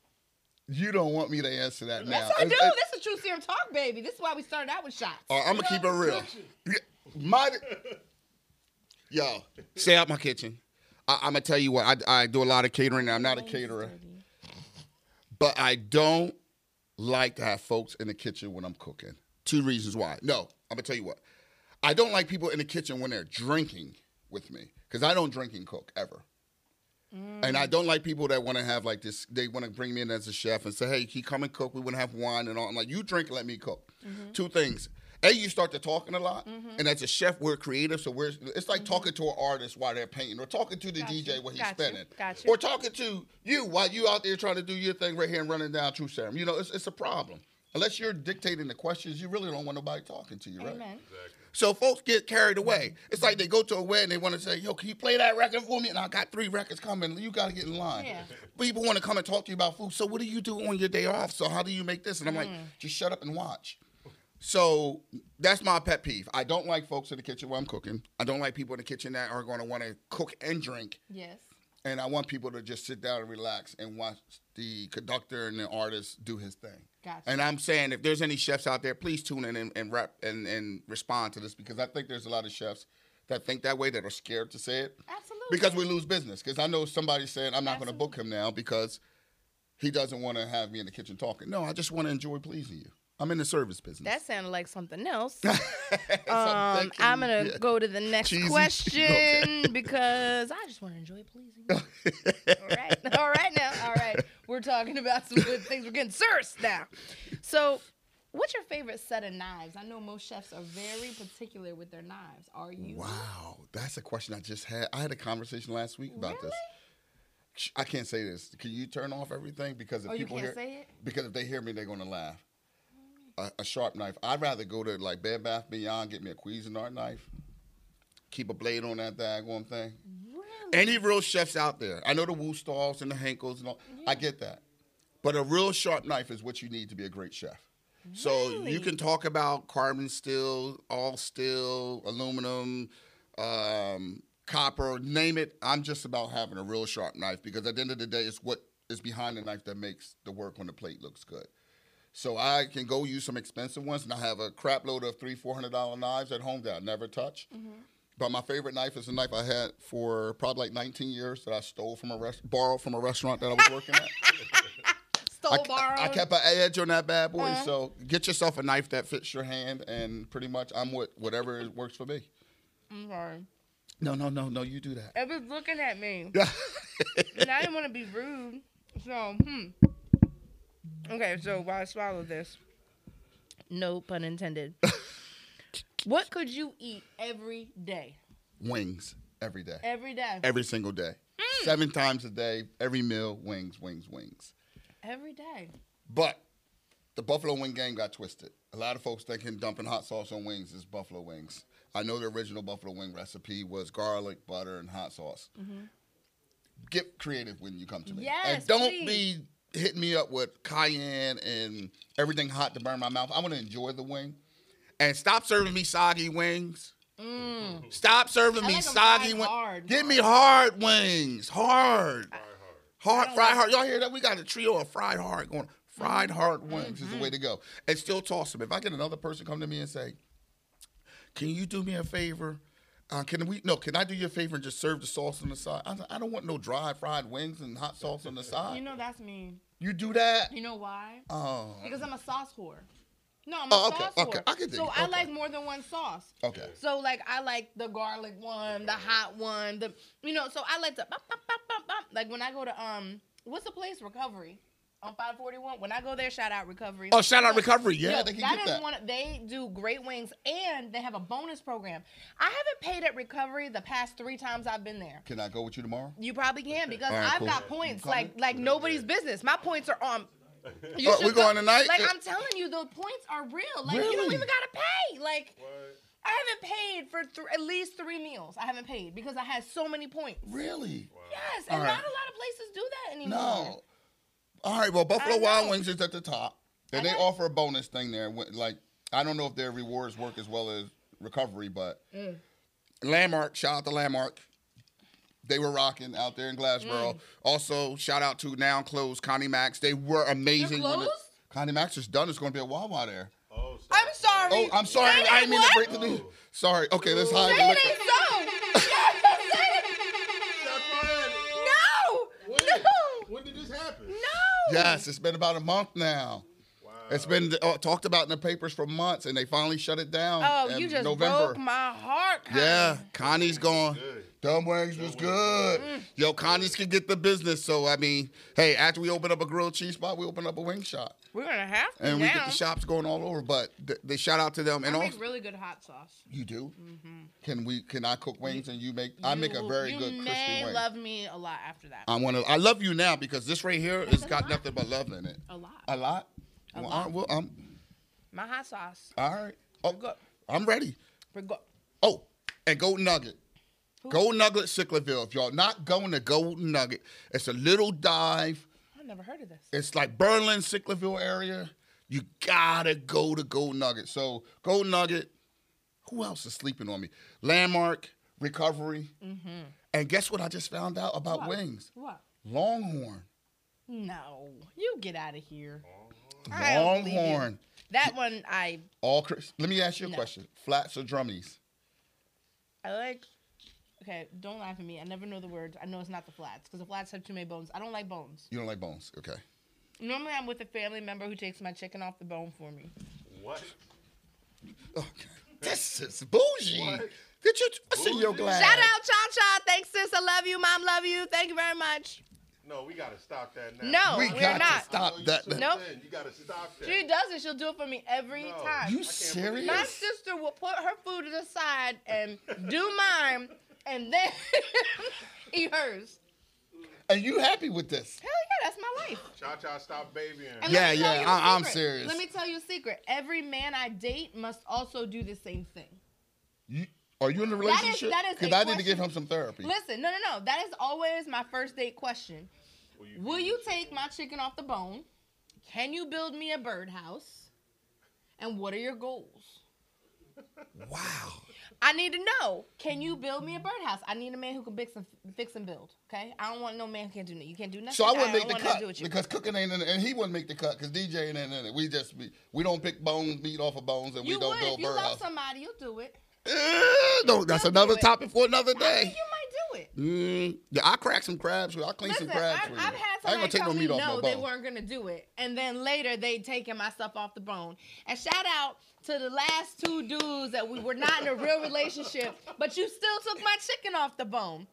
You don't want me to answer that now.
That's what I
It-
do.
it-
this is true serum talk, baby. This is why we started out with shots.
All right, I'm gonna keep it real. Yeah, My, yo, stay out my kitchen. I, I'm gonna tell you what. I, I do a lot of catering. I'm not a caterer, but I don't like to have folks in the kitchen when I'm cooking. Two reasons why. No, I'm gonna tell you what. I don't like people in the kitchen when they're drinking with me because I don't drink and cook ever. And I don't like people that want to have like this. They want to bring me in as a chef and say, "Hey, can you come and cook? We want to have wine and all." I'm like, "You drink, let me cook."
Mm-hmm.
Two things: a, you start to talking a lot, and as a chef, we're creative, so we're it's like talking to an artist while they're painting, or talking to the DJ while
Mm-hmm.
he's
Got you.
spinning,
Got you.
or talking to you while you out there trying to do your thing right here and running down True Serum. You know, it's it's a problem. Unless you're dictating the questions, you really don't want nobody talking to you, right?
Amen.
So folks get carried away. It's like they go to a wedding, they want to say, "Yo, can you play that record for me?" And I got three records coming. You got to get in line.
Yeah.
People want to come and talk to you about food. So what do you do on your day off? So how do you make this? And I'm like, just shut up and watch. So that's my pet peeve. I don't like folks in the kitchen while I'm cooking. I don't like people in the kitchen that are going to want to cook and drink.
Yes.
And I want people to just sit down and relax and watch the conductor and the artist do his thing.
Gotcha.
And I'm saying if there's any chefs out there, please tune in and, and rep and, and respond to this because I think there's a lot of chefs that think that way that are scared to say it.
Absolutely.
Because we lose business. Because I know somebody saying I'm not going to
Absolutely.
book him now because he doesn't want to have me in the kitchen talking. No, I just want to enjoy pleasing you. I'm in the service business.
That sounded like something else.
*laughs* Something that
Um,
can-
I'm gonna
yeah.
go to the next
Cheesy. *laughs*
question
Okay.
because I just want to enjoy pleasing.
*laughs*
you. all right, all right now, all right. We're talking about some good things. We're getting serious now. So, what's your favorite set of knives? I know most chefs are very particular with their knives. Are you?
Wow, that's a question I just had. I had a conversation last week about this. Sh- I can't say this. Can you turn off everything because if
Oh, you
people
can't
hear
say it?
because if they hear me, they're gonna laugh. A, a sharp knife. I'd rather go to like Bed Bath Beyond, get me a Cuisinart knife, keep a blade on that daggone thing.
Really?
Any real chefs out there? I know the Wu Stalls and the Hankels and all. I get that, but a real sharp knife is what you need to be a great chef. So you
Really?
can talk about carbon steel, all steel, aluminum, um, copper, name it. I'm just about having a real sharp knife because at the end of the day, it's what is behind the knife that makes the work on the plate looks good. So I can go use some expensive ones, and I have a crap load of three, four hundred dollar knives at home that I never touch.
Mm-hmm.
But my favorite knife is a knife I had for probably like 19 years that I stole from a rest, borrowed from a restaurant that I was working at.
*laughs* Stole,
I,
borrowed. Uh-huh.
I kept an edge on that bad boy. So get yourself a knife that fits your hand, and pretty much I'm with whatever is- works for me.
I'm sorry.
No, no, no, no, you do that.
It was looking at me,
*laughs* Yeah.
and I didn't want to be rude. So, hmm. Okay, so while I swallow this, no pun
*laughs*
intended. what could you eat every day?
wings every day,
Every Mm. day.
every single day, seven times a day, every meal, wings, wings, wings.
Every day.
But the buffalo wing game got twisted. A lot of folks thinking dumping hot sauce on wings is buffalo wings. I know the original buffalo wing recipe was garlic, butter, and hot sauce. Get creative when you come to me,
Mm-hmm. Yes,
and don't
please.
be hitting me up with cayenne and everything hot to burn my mouth. I want to enjoy the wing, and stop serving me soggy wings. Stop serving
I
me
Mm. like 'em
soggy
fried
wings.
hard.
Give me hard wings, hard. Hard
I don't
fried
like-
hard. Y'all hear that? We got a trio of fried hard going. Fried hard
Mm-hmm.
wings is the way to go. And still toss them. If I get another person come to me and say, "Can you do me a favor? Uh, can we? No, can I do you a favor and just serve the sauce on the side? I, I don't want no dried fried wings and hot sauce *laughs* on the side.
You
You,
know that's me.
do that?
You know why?
Oh,
Because I'm a sauce whore. No, I'm a
Oh, okay,
sauce
okay,
whore.
I can dig
so
it,
I
okay.
like more than one sauce.
okay.
So like I like the garlic one, the hot one, the you know. So I like the bop, bop, bop, bop, bop. like when I go to um what's the place Recovery on 541. When I go there, shout out Recovery.
Oh, shout out recovery.
Yo,
Yeah, they can
that
get
is
that.
one of- they do great wings and they have a bonus program. I haven't paid at Recovery the past three times I've been there.
can I go with you tomorrow?
You probably can because
All right,
I've
cool.
got points like like nobody's business. My points are on. You
Oh,
should
we going tonight?
Like I'm telling you, the points are real. Like you don't
Really?
even gotta pay. Like
What?
I haven't paid for th- at least three meals. I haven't paid because I had so many points.
Really?
Yes, and
All
not
right.
a lot of places do that anymore.
No. *laughs* All right. Well, Buffalo
I
Wild
know.
Wings is at the top, and
I
they
know.
offer a bonus thing there. wh- Like I don't know if their rewards work as well as recovery, but
Mm.
Landmark. Shout out to Landmark. They were rocking out there in
Mm.
Glassboro. Also, shout out to now closed Connie Max. They were amazing. when the-
closed?
Connie Max is done. It's going to be a Wawa there.
Oh, stop.
I'm sorry.
Oh, I'm sorry.
Say
I
it,
didn't mean
what?
to break the news. Sorry. Okay, let's hide.
Say
the
it
liquor.
ain't so.
Stop crying.
No.
When?
No.
When did this happen?
No.
Yes, it's been about a month now.
Wow.
It's been uh, talked about in the papers for months, and they finally shut it down.
Oh,
in
you just
November.
broke my heart. Connie.
Yeah, Connie's gone.
Good.
Dumb Wings was good.
Mm.
Yo, Connie's can get the business. So I mean, hey, after we open up a grilled cheese spot, we open up a wing shop,
We're gonna have to
and
now.
we get the shops going all over. But th- they shout out to them, and
I
also
make really good hot sauce.
you do. Can we? Can I cook wings and you make? I make a
You-
very
you
good crispy
may
wing. Uh,
love me a lot after that.
I want to. I love you now because this right here has
a
got
lot.
nothing but love in it.
a lot.
A lot.
A
well,
lot.
I, well, I'm
my hot sauce.
all right. Oh, I'm ready.
Rego-
Oh, and Golden Nugget. Golden Nugget Sicklerville. If y'all not going to Golden Nugget, it's a little dive.
I never heard of this.
It's like Berlin, Sicklerville area. You gotta go to Golden Nugget. So Golden Nugget, who else is sleeping on me? Landmark, Recovery. And guess what I just found out about
Mm-hmm. What?
wings?
What?
Longhorn.
No, you get out of here. I don't believe you.
Longhorn.
That one I
All Chris. Let me ask you a
No.
question. Flats or drummies?
I like. Okay, don't laugh at me. I never know the words. I know it's not the flats because the flats have too many bones. I don't like bones.
You don't like bones. Okay.
Normally, I'm with a family member who takes my chicken off the bone for me.
What?
Okay. Oh, This is bougie.
What?
Did you what's in your
Bougie?
glass?
Shout out, Cha Cha. Thanks, sis. I love you, mom. Love you. Thank you very much.
No, we gotta stop that
No,
now.
We
we're
got
not.
to stop that.
No.
Nope.
You gotta stop that.
She does it. She'll do it for me every
No.
time.
I
You
can't
serious?
believe
my
it.
sister will put her food to the side and do mine, and then *laughs* eat hers.
Are you happy with this?
Hell yeah, that's my life.
Cha Cha, stop babying.
And
Yeah,
let me tell
yeah,
you a
I- I'm
secret.
serious.
Let me tell you a secret. Every man I date must also do the same thing.
You, are you in
That
a
is-
relationship?
that is a
I need to
question.
give him some therapy.
Listen, no, no, no. That is always my first date question. Will you take my chicken off the bone? Can you build me a birdhouse? And what are your goals?
Wow.
I need to know. Can you build me a birdhouse? I need a man who can fix and fix and build. Okay, I don't want no man who can't do nothing. You can't do nothing.
So I wouldn't make
don't
the
want nothing to
cut
do with you.
because cooking ain't in it, and he wouldn't make the cut because DJ ain't in it. We just we, we don't pick bones meat off of bones, and
you
we don't
would
build
if you love
birdhouse.
somebody, you'll do
*laughs*
it.
Eh, no, that's
You'll
another
do it.
topic for another
I think
day.
you might do it.
Mm, yeah, I crack some crabs. with- I clean
Listen,
some crabs.
I,
for you.
I've had
I ain't
somebody
gonna take
tell
no
me
meat off
no,
no
they
bone.
weren't gonna do it, and then later they taking my stuff off the bone. And shout out to the last two dudes that we were not in a real relationship, but you still took my chicken off the bone.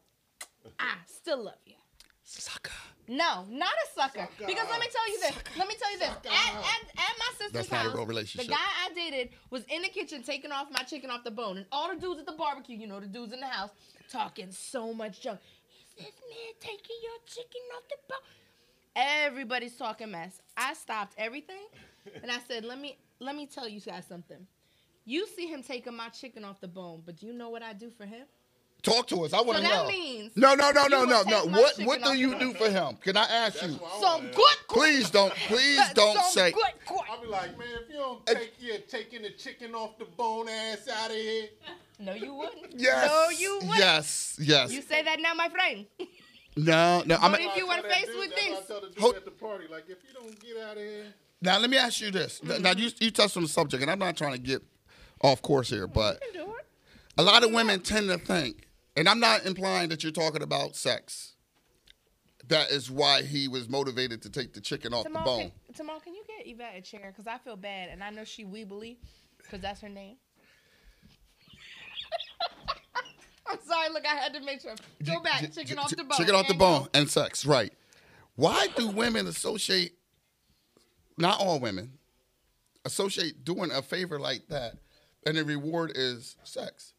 I still love you.
Sucker.
No, not a sucker. Because let me tell you this. Let me tell you this. At, at, at my sister's
That's not
house,
a real relationship.
the guy I dated was in the kitchen taking off my chicken off the bone, and all the dudes at the barbecue, you know, the dudes in the house, talking so much junk. Is this man taking *laughs* your chicken off the bone? Everybody's talking mess. I stopped everything. and I said, "Let me let me tell you guys something. You see him taking my chicken off the bone, but do you know what I do for him?
Talk to us. I want
So
to
that
know.
means
no, no, no,
you
no,
would
no,
take
no.
my
What
chicken
what
off
do you
the
do for him? Can I ask you?
what I
some
wanna-
good, qu- *laughs*
Please don't. Please don't
some
say.
good qu-
I'll be like, man, if you don't take your taking the chicken off the bone ass out of here,
No, you wouldn't.
Yes.
No, you wouldn't.
Yes. Yes.
You say that now, my friend.
no. No.
*laughs*
I'm.
But if you
That's
were
what I
faced
do-
with
that's what I
this-
tell the dude
Hold-
at the party, like, if you don't get out of here,
Now let me ask you this. Th- Now
Mm-hmm.
you you touched on the subject, and I'm not trying to get off course here, but a lot of women tend to think, and I'm not implying that you're talking about sex. That is why he was motivated to take the chicken off
*laughs*
the
Tamal,
bone.
can, Tamal, can you get Yvette a chair? Because I feel bad, and I know she Weebly, because that's her name. *laughs* I'm sorry. Look, I had to make sure. Go back.
Ch-
Chicken
ch-
off the bone.
Chicken off the
and go.
bone and sex, right? Why do women associate? Not all women associate doing a favor like that, and the reward is sex.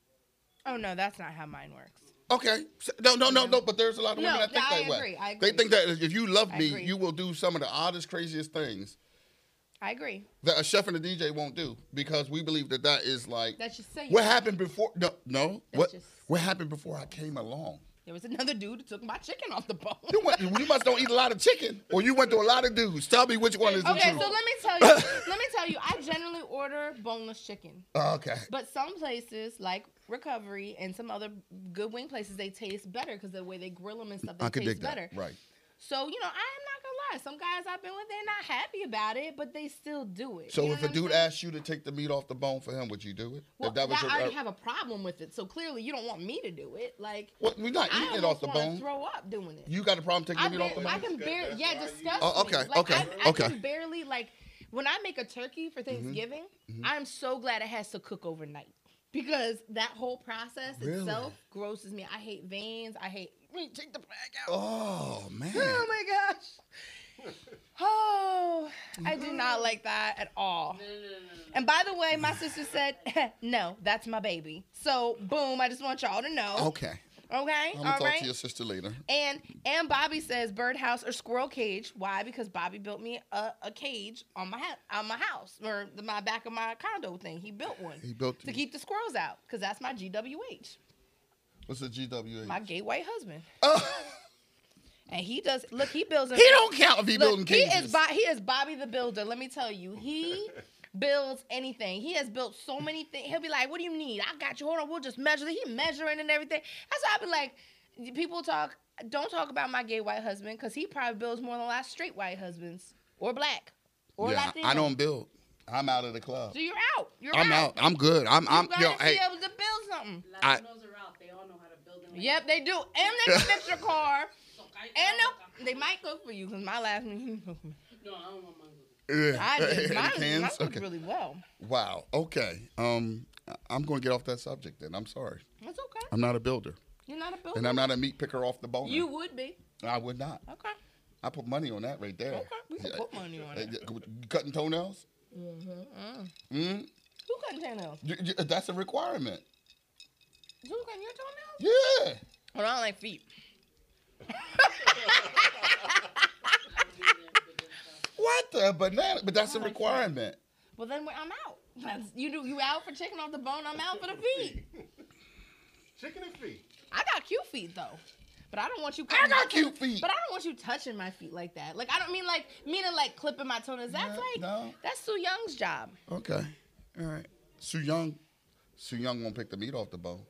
Oh no, that's not how mine works.
Okay. So- No, no, no, no. But there's a lot of women
No,
that think
I
that way.
agree, I
They think that if you love
I
me,
agree.
you will do some of the oddest, craziest things
I agree.
that a chef and a DJ won't do because we believe that that is like
That's just saying.
what happened before. No, no.
That's
what
just-
what happened before I came along?
There was another dude who took my chicken off the bone.
*laughs* You, went, you must don't eat a lot of chicken, or you went to a lot of dudes. Tell me which one is the
Okay, so
truth.
let me tell you. let me tell you. I generally order boneless chicken,
Oh, okay.
but some places like Recovery and some other good wing places they taste better because the way they grill them and stuff they
I could
taste
dig
better.
that. Right.
So you know, I am not gonna lie. Some guys I've been with, they're not happy about it, but they still do it.
So
You know
if a
what I'm
dude
saying?
asked you to take the meat off the bone for him, would you do it?
well,
if that was your,
I already
uh,
have a problem with it. So clearly, you don't want me to do it. Like
well, we're not
I
eating it
almost
off the
want
bone.
to throw up doing it.
you got a problem taking
I,
the meat off the
bar- I
bone?
can barely,
That's
yeah,
why you-
disgust.
Oh, okay,
me. Like,
okay,
I, I
okay. Mm-hmm.
can barely like when I make a turkey for Thanksgiving. I'm so glad it has to cook overnight because that whole process
Really?
itself grosses me. I hate veins. I hate Mm, take the bag out.
Oh
*laughs*
man.
Oh my gosh. Oh, I do not like that at all. And by the way, my sister said, *laughs* no, that's my baby. So, boom, I just want y'all to know. Okay.
Okay.
All
I'm gonna talk
right.
to your sister later.
And and Bobby says birdhouse or squirrel cage. Why? Because Bobby built me a, a cage on my ha- on my house or the, my back of my condo thing. He built one
He built
to keep the squirrels out because that's my GWH,
What's the GWA?
my gay white husband.
Oh,
And he does look. He builds.
*laughs* he don't count if he
Look,
building cages.
He is, Bo- he is Bobby the Builder. Let me tell you,
*laughs*
he builds anything. He has built so many things. He'll be like, "What do you need? I got you. Hold on, we'll just measure." it." He measuring and everything. That's why I be like, people talk. Don't talk about my gay white husband because he probably builds more than a lot of straight white husbands or black or
yeah,
Latino.
I don't build. I'm out of the club.
So you're out. You're
I'm out. I'm good. I'm. I'm.
You gotta
Yo,
be
hey,
able to build something.
I- *laughs*
Latinos are out. They all know how to build them.
Yep, they do. And they can fix your car.
So I-
And they they might cook for you because my last one,
No, I don't want mango.
*laughs* I did.
*laughs*
Mine,
Any
mine
cans?
cooked
Okay.
really well.
Wow. Okay. Um, I- I'm gonna get off that subject then. I'm sorry.
That's okay.
I'm not a builder,
You're not a builder.
and I'm not a meat picker off the bone.
You would be.
I would not.
Okay.
I put money on that right there.
Okay. We can put money on
Uh,
it.
yeah, Cutting toenails? Mm,
Who cutting toenails?
you- you- uh, that's a requirement.
Who cutting your toenails?
Yeah.
Well, I don't like feet.
What the banana? But that's a requirement.
Well, then we- I'm out. That's- You do. You out for chicken off the bone. I'm out for the feet.
chicken and feet.
I got cute feet though. But I don't want you.
I
cutting-
got cute feet.
But I don't want you touching my feet like that. Like I don't mean like meaning like clipping my toenails. That's
No,
like
no.
that's Sue Young's job.
Okay. All right. Sue Young, Sue Young won't pick the meat off the bone,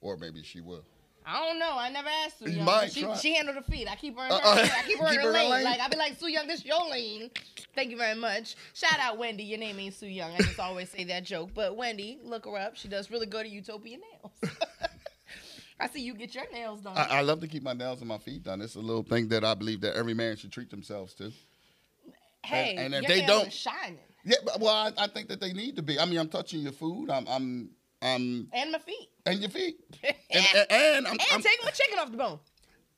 or maybe she will.
I don't know. I never asked Sue
You
Young.
might
but She,
try.
she handled her feet. I keep her in her,
Uh-uh.
lane. I keep
*laughs*
her, in her lane. Like I be like, Sue Young, this your lane. Thank you very much. Shout out Wendy. Your name ain't Sue Young. I just always say that joke. But Wendy, look her up. She does really good at Utopia nails. *laughs* I see you get your nails done.
I, I love to keep my nails and my feet done. It's a little thing that I believe that every man should treat themselves to.
hey,
and if
your
they
nails
don't-
are shining.
Yeah, but, well, I, I think that they need to be. I mean, I'm touching your food. I'm, I'm, I'm,
And my feet.
and
*laughs*
your feet,
and,
and, and, and I'm, I'm-
taking my chicken off the bone.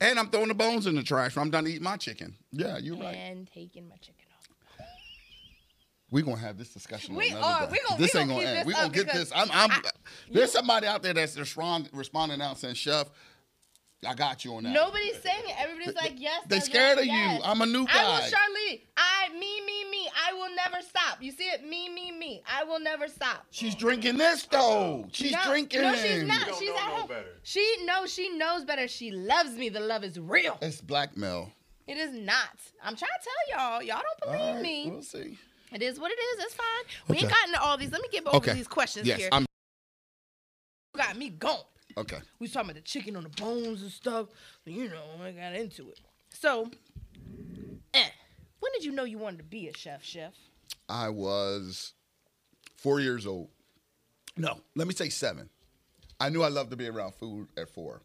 and I'm throwing the bones in the trash. when I'm done eating my chicken. Yeah, you're right.
And taking my chicken off.
We're gonna have this discussion.
We
on another
are.
day.
We gonna-
this
we
ain't
gonna
gonna
keep
end.
this
we gonna
up
get
because
this. I'm. I'm
I-
there's somebody out there that's respond, responding out saying, "Chef, I got you on that."
Nobody's saying it. Everybody's like, yes.
They
that's
scared
right,
of you.
yes.
I'm a new
I
guy.
was Charlie. I me me me. I I will never stop. You see it? Me, me, me. I will never stop.
She's drinking this though. She's
No,
drinking.
No, she's
You
not.
don't
She's
know
at
no
home.
better.
She knows. She knows better. She loves me. The love is real.
It's blackmail.
It is not. I'm trying to tell y'all. Y'all don't believe
All right,
me.
We'll see.
It is what it is. It's fine. We ain't
Okay.
gotten to all these. Let me get over
Okay.
these questions
Yes,
here.
I'm
You got me going.
okay.
We was talking about the chicken on the bones and stuff. You know, I got into it. So, eh, when did you know you wanted to be a chef, chef?
I was four years old. No, let me say seven. I knew I loved to be around food at four.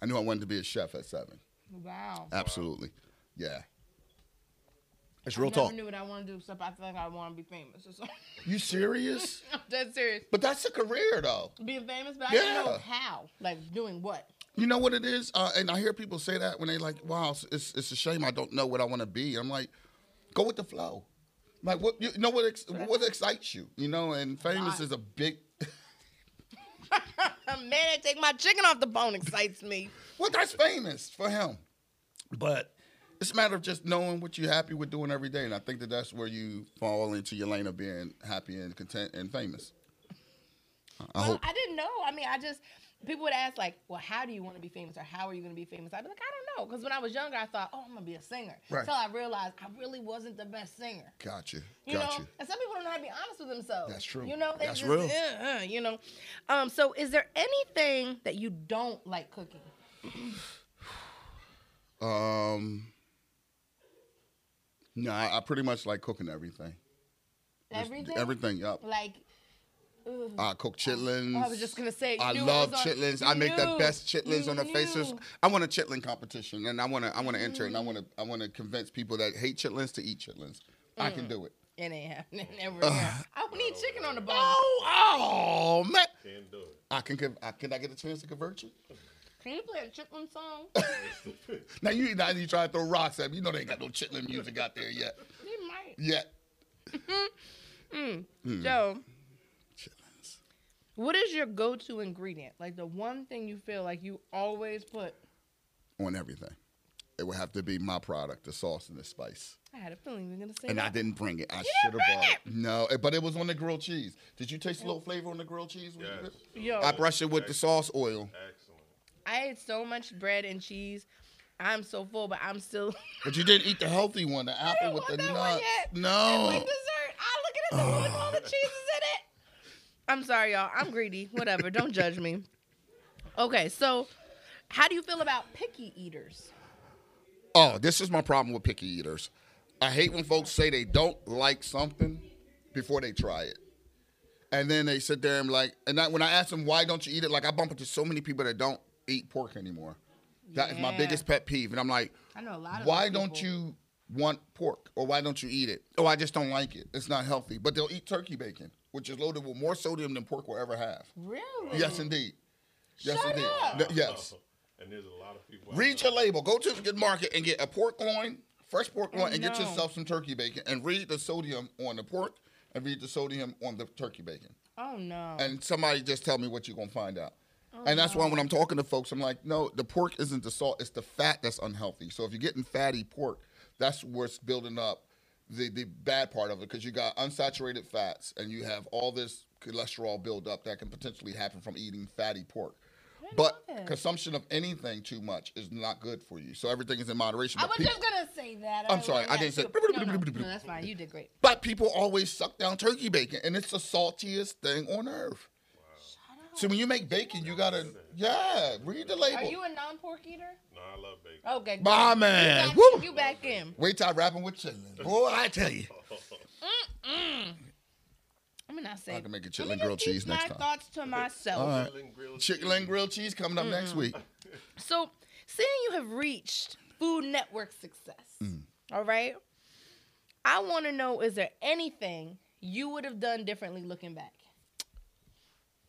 I knew I wanted to be a chef at seven.
Wow.
Absolutely. Yeah. It's
I
real
never
talk.
knew what I want to do, except I think I want to be famous *laughs* or something. *laughs*
You serious?
I'm dead serious.
but that's a career though.
Being famous, but I didn't know
Yeah.
how. Like, doing what?
You know what it is? Uh, and I hear people say that when they like, wow, it's, it's, it's a shame I don't know what I want to be. I'm like, go with the flow. Like, what you know what ex- what excites you? You know, and famous is a big.
A man that take my chicken off the bone excites
*laughs*
me.
well, that's famous for him. But it's a matter of just knowing what you're happy with doing every day, and I think that that's where you fall into your lane of being happy and content and famous. I- I
Well,
hope.
I didn't know. I mean, I just people would ask like, "Well, how do you want to be famous?" or "How are you going to be famous?" I'd be like, "I don't know," because when I was younger, I thought, "Oh, I'm going to be a singer."
Right.
Until I realized I really wasn't the best singer.
Gotcha.
You know,
Gotcha.
and some people don't know how to be honest with themselves.
That's true.
You know, they
That's
just,
real.
Uh, uh, you know, um. So, is there anything that you don't like cooking?
Um. No, I, I pretty much like cooking everything. Just
Everything.
Everything. Yup.
Like. ugh.
I cook chitlins.
I was just gonna say, you
I
knew it
love
was on-
chitlins.
you
I make the
knew.
best chitlins
You
on the face. of-
knew.
I want a chitlin competition, and I want to. I want to enter, and I want to. I want to convince people that hate chitlins to eat chitlins. I
Mm.
can do it.
It ain't happening.
*laughs*
Never. yeah. I need chicken on the bone.
Oh, oh man!
Can't do it.
I can. Conv- I, can I get a chance to convert you?
Can you play a chitlin song?
*laughs* Now you. Now you try to throw rocks at me. You know they ain't got no chitlin music out there yet.
they might.
Yet. Hmm.
So,
Chitlins.
what is your go-to ingredient? Like the one thing you feel like you always put.
on everything. It would have to be my product, the sauce and the spice.
I had a feeling you were gonna say
And I
that.
didn't bring it. I should have brought it. No, eh, but it was on the grilled cheese. Did you taste a little flavor on the grilled cheese? when you
Yes.
did-
Yo,
I brushed it with the sauce oil,
Excellent.
I ate so much bread and cheese. I'm so full, but I'm still *laughs*
but you didn't eat the healthy one, the apple
didn't
with the
want that one
nuts.
yet. like
No,
dessert. I look at it, the one with all the cheese is in it. I'm sorry, y'all. I'm greedy. Whatever. Don't judge me. Okay, so how do you feel about picky eaters?
Oh, this is my problem with picky eaters. I hate when folks say they don't like something before they try it. And then they sit there and like, and I, when I ask them why don't you eat it, like I bump into so many people that don't eat pork anymore. That is my
Yeah.
biggest pet peeve, and I'm like,
I know a lot of
why
those
don't
people.
you want pork or why don't you eat it? Oh, I just don't like it. It's not healthy. But they'll eat turkey bacon, which is loaded with more sodium than pork will ever have.
Really?
Yes, indeed. Yes,
Shut
indeed.
up.
No, yes.
And there's a lot of people. out
Read
there-
your label. Go to the good market and get a pork loin, fresh pork loin, and get
no.
yourself some turkey bacon. And read the sodium on the pork and read the sodium on the turkey bacon.
Oh no.
And somebody just tell me what you're gonna find out. and that's why when I'm talking to folks, I'm like, no, the pork isn't the salt; it's the fat that's unhealthy. So if you're getting fatty pork, that's what's building up the the bad part of it because you got unsaturated fats and you have all this cholesterol buildup that can potentially happen from eating fatty pork. But
know that.
consumption of anything too much is not good for you. So everything is in moderation.
I was
But people,
just gonna say that.
I'm sorry,
wasn't
I didn't say-
that
*laughs*
stupid. No, no, no, that's fine. You did great.
but people always suck down turkey bacon, and it's the saltiest thing on earth. So when you make bacon, you gotta yeah read the label.
Are you a non-pork eater?
No, I love bacon.
Okay. good.
My
You
man.
back-
Woo.
You back in.
Wait till I rap him with chitlins. Boy, I tell you.
I'm gonna not say.
I can make
Let
a
me
chitlin
just
grilled
keep
cheese
my
next time.
thoughts to myself.
Chitlin grilled
Chitlin grilled cheese coming up
Mm.
next week.
So, seeing you have reached Food Network success,
Mm.
all right, I want to know: is there anything you would have done differently looking back?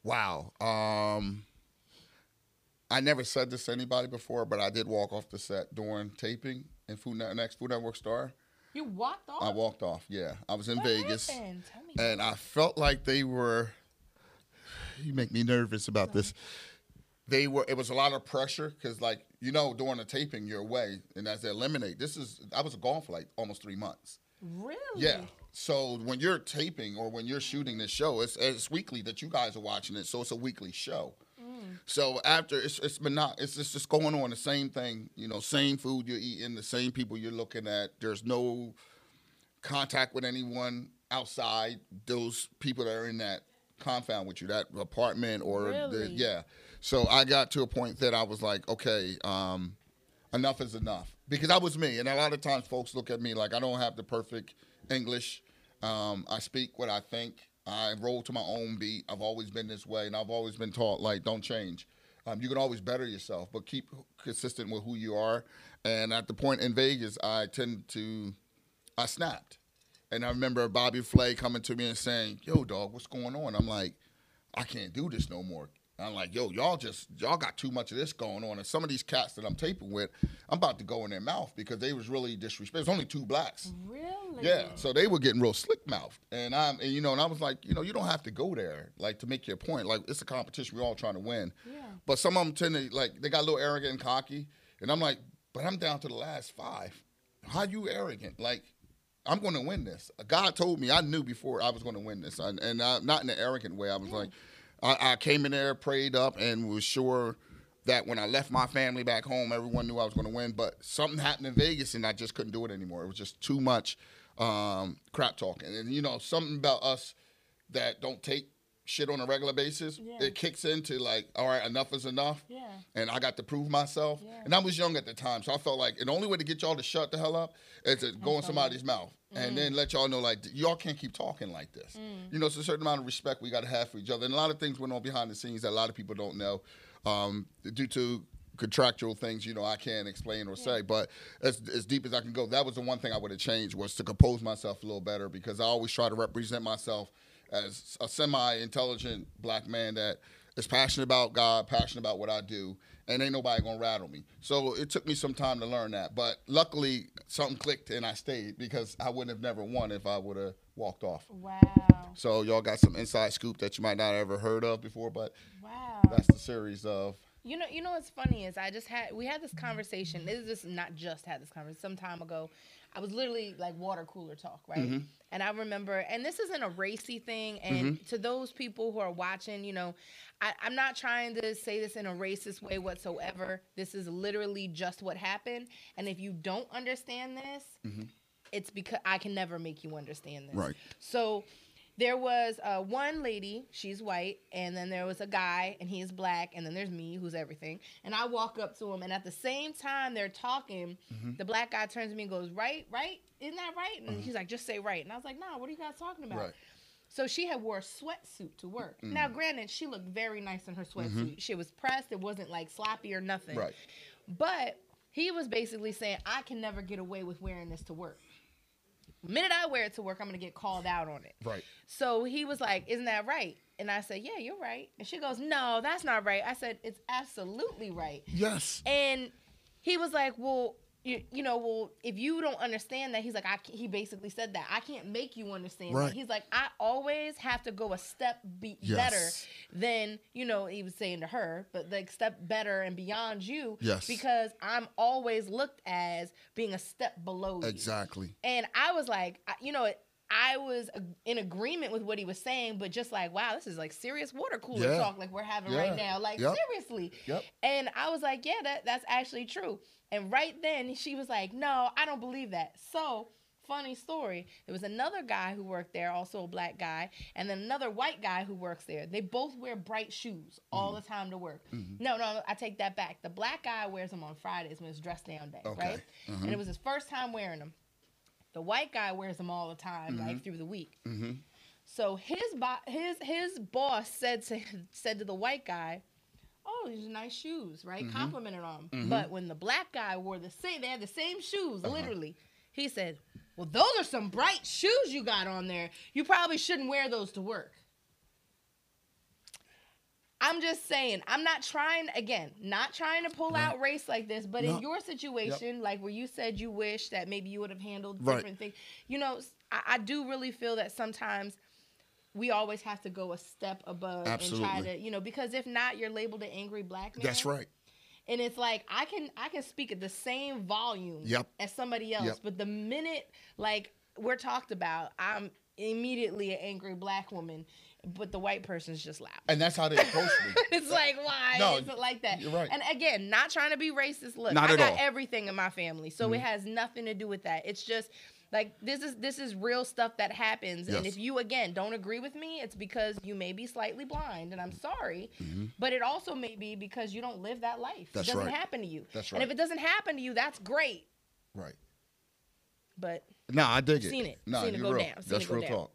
Wow. Um, I never said this to anybody before, but I did walk off the set during taping in Food Net- next Food Network Star.
You walked off.
I walked off. Yeah, I was in
What
Vegas,
happened? Tell me.
and I felt like they were. You make me nervous about this. They were. It was a lot of pressure because, like you know, during the taping, you're away, and as they eliminate, this is. I was gone for like almost three months.
really?
Yeah. So when you're taping or when you're shooting this show, it's it's weekly that you guys are watching it, so it's a weekly show.
Mm.
So after it's it's mono- it's it's just going on the same thing, you know, same food you're eating, the same people you're looking at. There's no contact with anyone outside those people that are in that confound with you, that apartment or the
Really?
yeah. So I got to a point that I was like, okay, um, enough is enough because I was me, and a lot of times folks look at me like I don't have the perfect English. Um, I speak what I think. I roll to my own beat. I've always been this way, and I've always been taught like don't change. Um, you can always better yourself, but keep consistent with who you are. And at the point in Vegas, I tend to I snapped. And I remember Bobby Flay coming to me and saying, Yo, dog, what's going on? I'm like, I can't do this no more. I'm like, yo, y'all just y'all got too much of this going on. And some of these cats that I'm taping with, I'm about to go in their mouth because they was really disrespectful. There's only two blacks.
Really?
Yeah. So they were getting real slick mouthed. And I'm and you know, and I was like, you know, you don't have to go there, like to make your point. Like it's a competition, we're all trying to win.
Yeah.
But some of them tend to like they got a little arrogant and cocky. And I'm like, but I'm down to the last five. How you arrogant? Like, I'm gonna win this. God told me I knew before I was gonna win this. And, and I, not in an arrogant way. I was like, I, I came in there, prayed up, and was sure that when I left my family back home, everyone knew I was gonna win. But something happened in Vegas and I just couldn't do it anymore. It was just too much um, crap talking. And you know, something about us that don't take shit on a regular basis,
Yeah.
it kicks into like, all right, enough is enough.
Yeah.
And I got to prove myself.
Yeah.
And I was young at the time, so I felt like the only way to get y'all to shut the hell up is to go in somebody's mouth and
Mm-hmm.
then let y'all know like y'all can't keep talking like this.
Mm.
You know, it's a certain amount of respect we got to have for each other. And a lot of things went on behind the scenes that a lot of people don't know, um, due to contractual things. You know, I can't explain or say, but as as deep as I can go, that was the one thing I would have changed was to compose myself a little better because I always try to represent myself as a semi-intelligent black man that is passionate about God, passionate about what I do, and ain't nobody gonna rattle me. So it took me some time to learn that, but luckily something clicked and I stayed because I wouldn't have never won if I would have walked off.
Wow.
So y'all got some inside scoop that you might not have ever heard of before, but
Wow.
that's the series of
You know, you know what's funny is I just had we had this conversation. This is just not just had this conversation some time ago. I was literally like water cooler talk, right? And I remember, and this isn't a racy thing. And to those people who are watching, you know, I, I'm not trying to say this in a racist way whatsoever. This is literally just what happened. And if you don't understand this, it's because I can never make you understand this.
Right.
So there was uh, one lady, she's white, and then there was a guy, and he is black, and then there's me, who's everything. And I walk up to him, and at the same time they're talking,
Mm-hmm.
the black guy turns to me and goes, "Right, right, isn't that right?" And he's like, "Just say right." And I was like, "Nah, what are you guys talking about?"
Right. Mm-hmm.
So she had wore a sweatsuit to work. Now, granted, she looked very nice in her sweatsuit. She was pressed; it wasn't like sloppy or nothing.
right.
But he was basically saying, I can never get away with wearing this to work. The minute I wear it to work, I'm gonna get called out on it.
Right.
So he was like, Isn't that right? And I said, Yeah, you're right. And she goes, No, that's not right. I said, It's absolutely right.
Yes.
And he was like, Well, you, you know, well, if you don't understand that, he's like, I ca- he basically said that I can't make you understand.
Right.
That. He's like, I always have to go a step be-
Yes.
better than you know. He was saying to her, but like step better and beyond you.
Yes.
because I'm always looked as being a step below. you.
Exactly.
And I was like, I- you know, I was ag- in agreement with what he was saying, but just like, wow, this is like serious water cooler
Yeah.
talk like we're having
Yeah.
right now. Like
Yep.
seriously.
Yep.
And I was like, yeah, that, that's actually true. And right then she was like, no, I don't believe that. So funny story. There was another guy who worked there, also a black guy, and then another white guy who works there. They both wear bright shoes all
Mm.
the time to work.
Mm-hmm.
No, no, I take that back. The black guy wears them on Fridays when it's dress down day,
Okay. Mm-hmm.
right? And it was his first time wearing them. The white guy wears them all the time,
Mm-hmm.
like through the week. So his bo- his his boss said to *laughs* said to the white guy, "Oh, these are nice shoes, right?
Mm-hmm.
Complimented on." him. But when the black guy wore the same, they had the same shoes,
Uh-huh.
literally. He said, "Well, those are some bright shoes you got on there. You probably shouldn't wear those to work." I'm just saying, I'm not trying again, not trying to pull out race like this, but
No.
in your situation, like where you said you wish that maybe you would have handled
Right.
different things, you know, s- I, I do really feel that sometimes we always have to go a step above and try
Absolutely.
to, you know, because if not, you're labeled an angry black man.
That's right.
And it's like I can I can speak at the same volume
Yep.
as somebody else,
Yep.
but the minute like we're talked about, I'm immediately an angry black woman, but the white person's just loud.
and that's how they approach me.
*laughs* It's like why
No,
is it like that?
you're right.
And again, not trying to be racist. Look,
Not
I
at
got
all. Mm-hmm.
everything in my family, so it has nothing to do with that. It's just like this is this is real stuff that happens. And
Yes.
if you again don't agree with me, it's because you may be slightly blind, and I'm sorry, but it also may be because you don't live that life.
Mm-hmm. That's
it doesn't
right.
happen to you.
That's
And
right.
if it doesn't happen to you, that's great.
Right.
But
No, I dig it.
Seen it.
Nah,
Seen it
you
go
real.
down. Seen
That's
it go
real
down.
talk.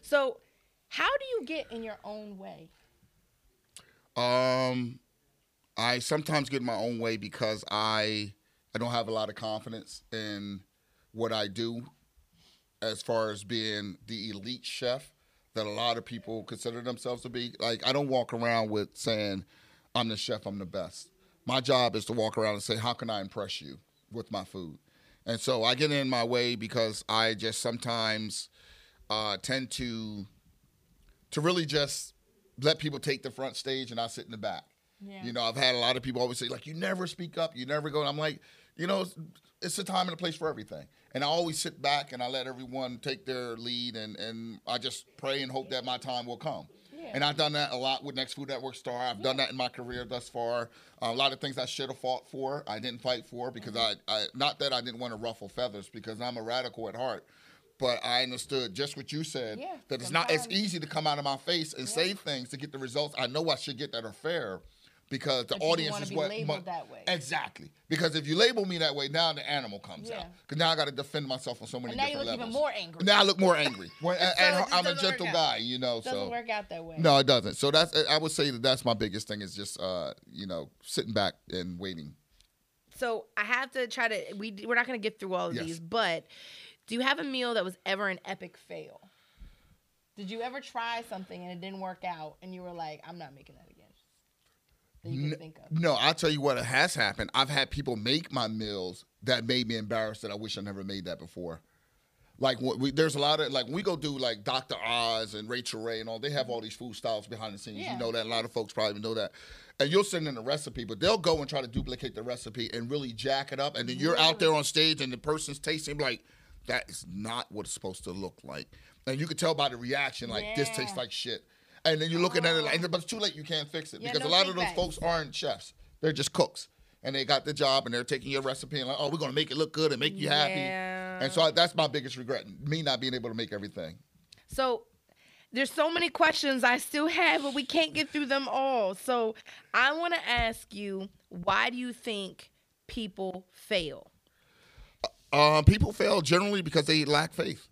so, how do you get in your own way?
Um, I sometimes get in my own way because I I don't have a lot of confidence in what I do, as far as being the elite chef that a lot of people consider themselves to be. Like I don't walk around with saying I'm the chef, I'm the best. My job is to walk around and say, how can I impress you with my food? And so I get in my way because I just sometimes uh, tend to to really just let people take the front stage and I sit in the back. You know, I've had a lot of people always say, like, you never speak up, you never go. And I'm like, you know, it's, it's a time and a place for everything. And I always sit back and I let everyone take their lead and, and I just pray and hope that my time will come. And I've done that a lot with Next Food Network Star. I've done that in my career thus far. a lot of things I should have fought for, I didn't fight for because I, I, not that I didn't want to ruffle feathers because I'm a radical at heart, but I understood just what you said
Yeah,
that it's not as
sometimes.
easy to come out of my face and say things to get the results I know I should get that are fair because
But
the
you don't
audience
wanna
is
be
what
labeled
mon-
that way.
exactly because if you label me that way now the animal comes
Yeah.
out because now I got to defend myself on so many
And now you
different
look even
levels
more angry.
now I look
*laughs*
more angry When- and- and
it just
I'm a
doesn't work
gentle
out.
guy you know
Doesn't
so
work out that way.
no it doesn't so that's I would say that that's my biggest thing is just uh you know sitting back and waiting
so I have to try to. We we're not gonna get through all of
Yes.
these, but do you have a meal that was ever an epic fail? Did you ever try something and it didn't work out, and you were like, "I'm not making that again"? That you can think of.
No, I'll tell you what has happened. I've had people make my meals that made me embarrassed that I wish I never made that before. Like wh- we, there's a lot of like we go do like Dr. Oz and Rachel Ray and all. They have all these food styles behind the scenes.
Yeah.
You know that a lot of folks probably know that. And you'll send in a recipe, but they'll go and try to duplicate the recipe and really jack it up. And then you're out there on stage and the person's tasting like that is not what it's supposed to look like. And you can tell by the reaction like this
Yeah. Oh.
tastes like shit. And then you're looking at it like, but it's too late. You can't fix it
Yeah,
because
no
a lot of those
feedback.
folks aren't chefs. They're just cooks. And they got the job and they're taking your recipe and like, oh, we're gonna make it look good and make you happy. And so I, that's my biggest regret, me not being able to make everything.
So there's so many questions I still have, but we can't get through them all. So I want to ask you, why do you think people fail?
Um, people fail generally because they lack faith.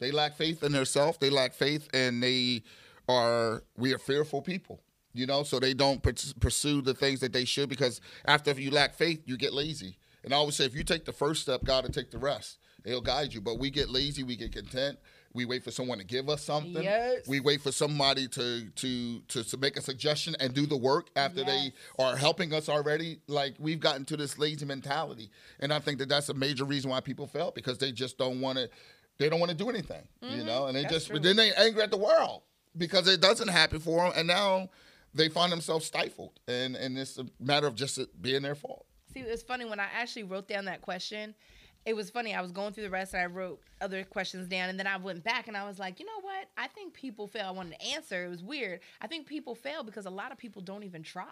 They lack faith in themselves. They lack faith, and they are we are fearful people. You know, so they don't purs- pursue the things that they should because after if you lack faith, you get lazy. And I always say, if you take the first step, God will take the rest. He'll guide you. But we get lazy. We get content. We wait for someone to give us something.
Yes.
We wait for somebody to to to, to make a suggestion and do the work after they are helping us already. Like we've gotten to this lazy mentality, and I think that that's a major reason why people fail because they just don't want to. They don't want to do anything,
Mm-hmm.
you know, and they just then they angry at the world because it doesn't happen for them, and now they find themselves stifled, and and it's a matter of just it being their fault.
See, it's funny when I actually wrote down that question. It was funny. I was going through the rest and I wrote other questions down, and then I went back and I was like, you know what? I think people fail. I wanted to answer. It was weird. I think people fail because a lot of people don't even try.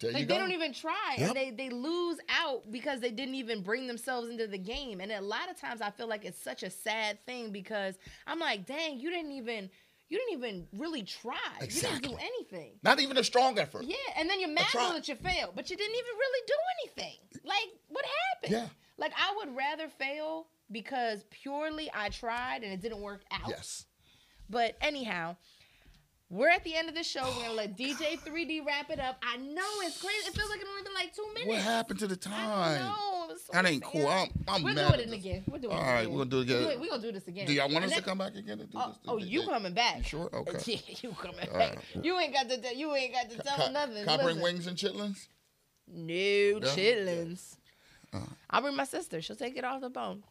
There you
Like
go.
they don't even try,
Yep.
and they they lose out because they didn't even bring themselves into the game. And a lot of times, I feel like it's such a sad thing because I'm like, dang, you didn't even you didn't even really try. You didn't do
Exactly.
anything.
Not even a strong effort.
Yeah, and then you're mad
try.
that you failed, but you didn't even really do anything. Like, what happened?
Yeah.
Like, I would rather fail because purely I tried and it didn't work out.
Yes.
But anyhow, we're at the end of the show. We're gonna
Oh,
let DJ 3D wrap it up. I know it's crazy. It feels like it only been like two minutes.
What happened to the time?
I know. It's so
That ain't cool.
sad.
I'm, I'm
we're
mad. at
doing it
this.
again. We're doing
All
it
right,
again.
we're gonna do it again.
We're, gonna do this again.
Do y'all want us
And
to
that-
come back again and do
Oh,
this?
oh, you coming back? *laughs*
You sure? Okay.
Yeah, you coming
All
back?
right.
You ain't got to. tell- You ain't got to tell
Ca-
them nothing.
Can I bring
Listen.
wings and chitlins?
No chitlins. I'll bring my sister. She'll take it off the bone.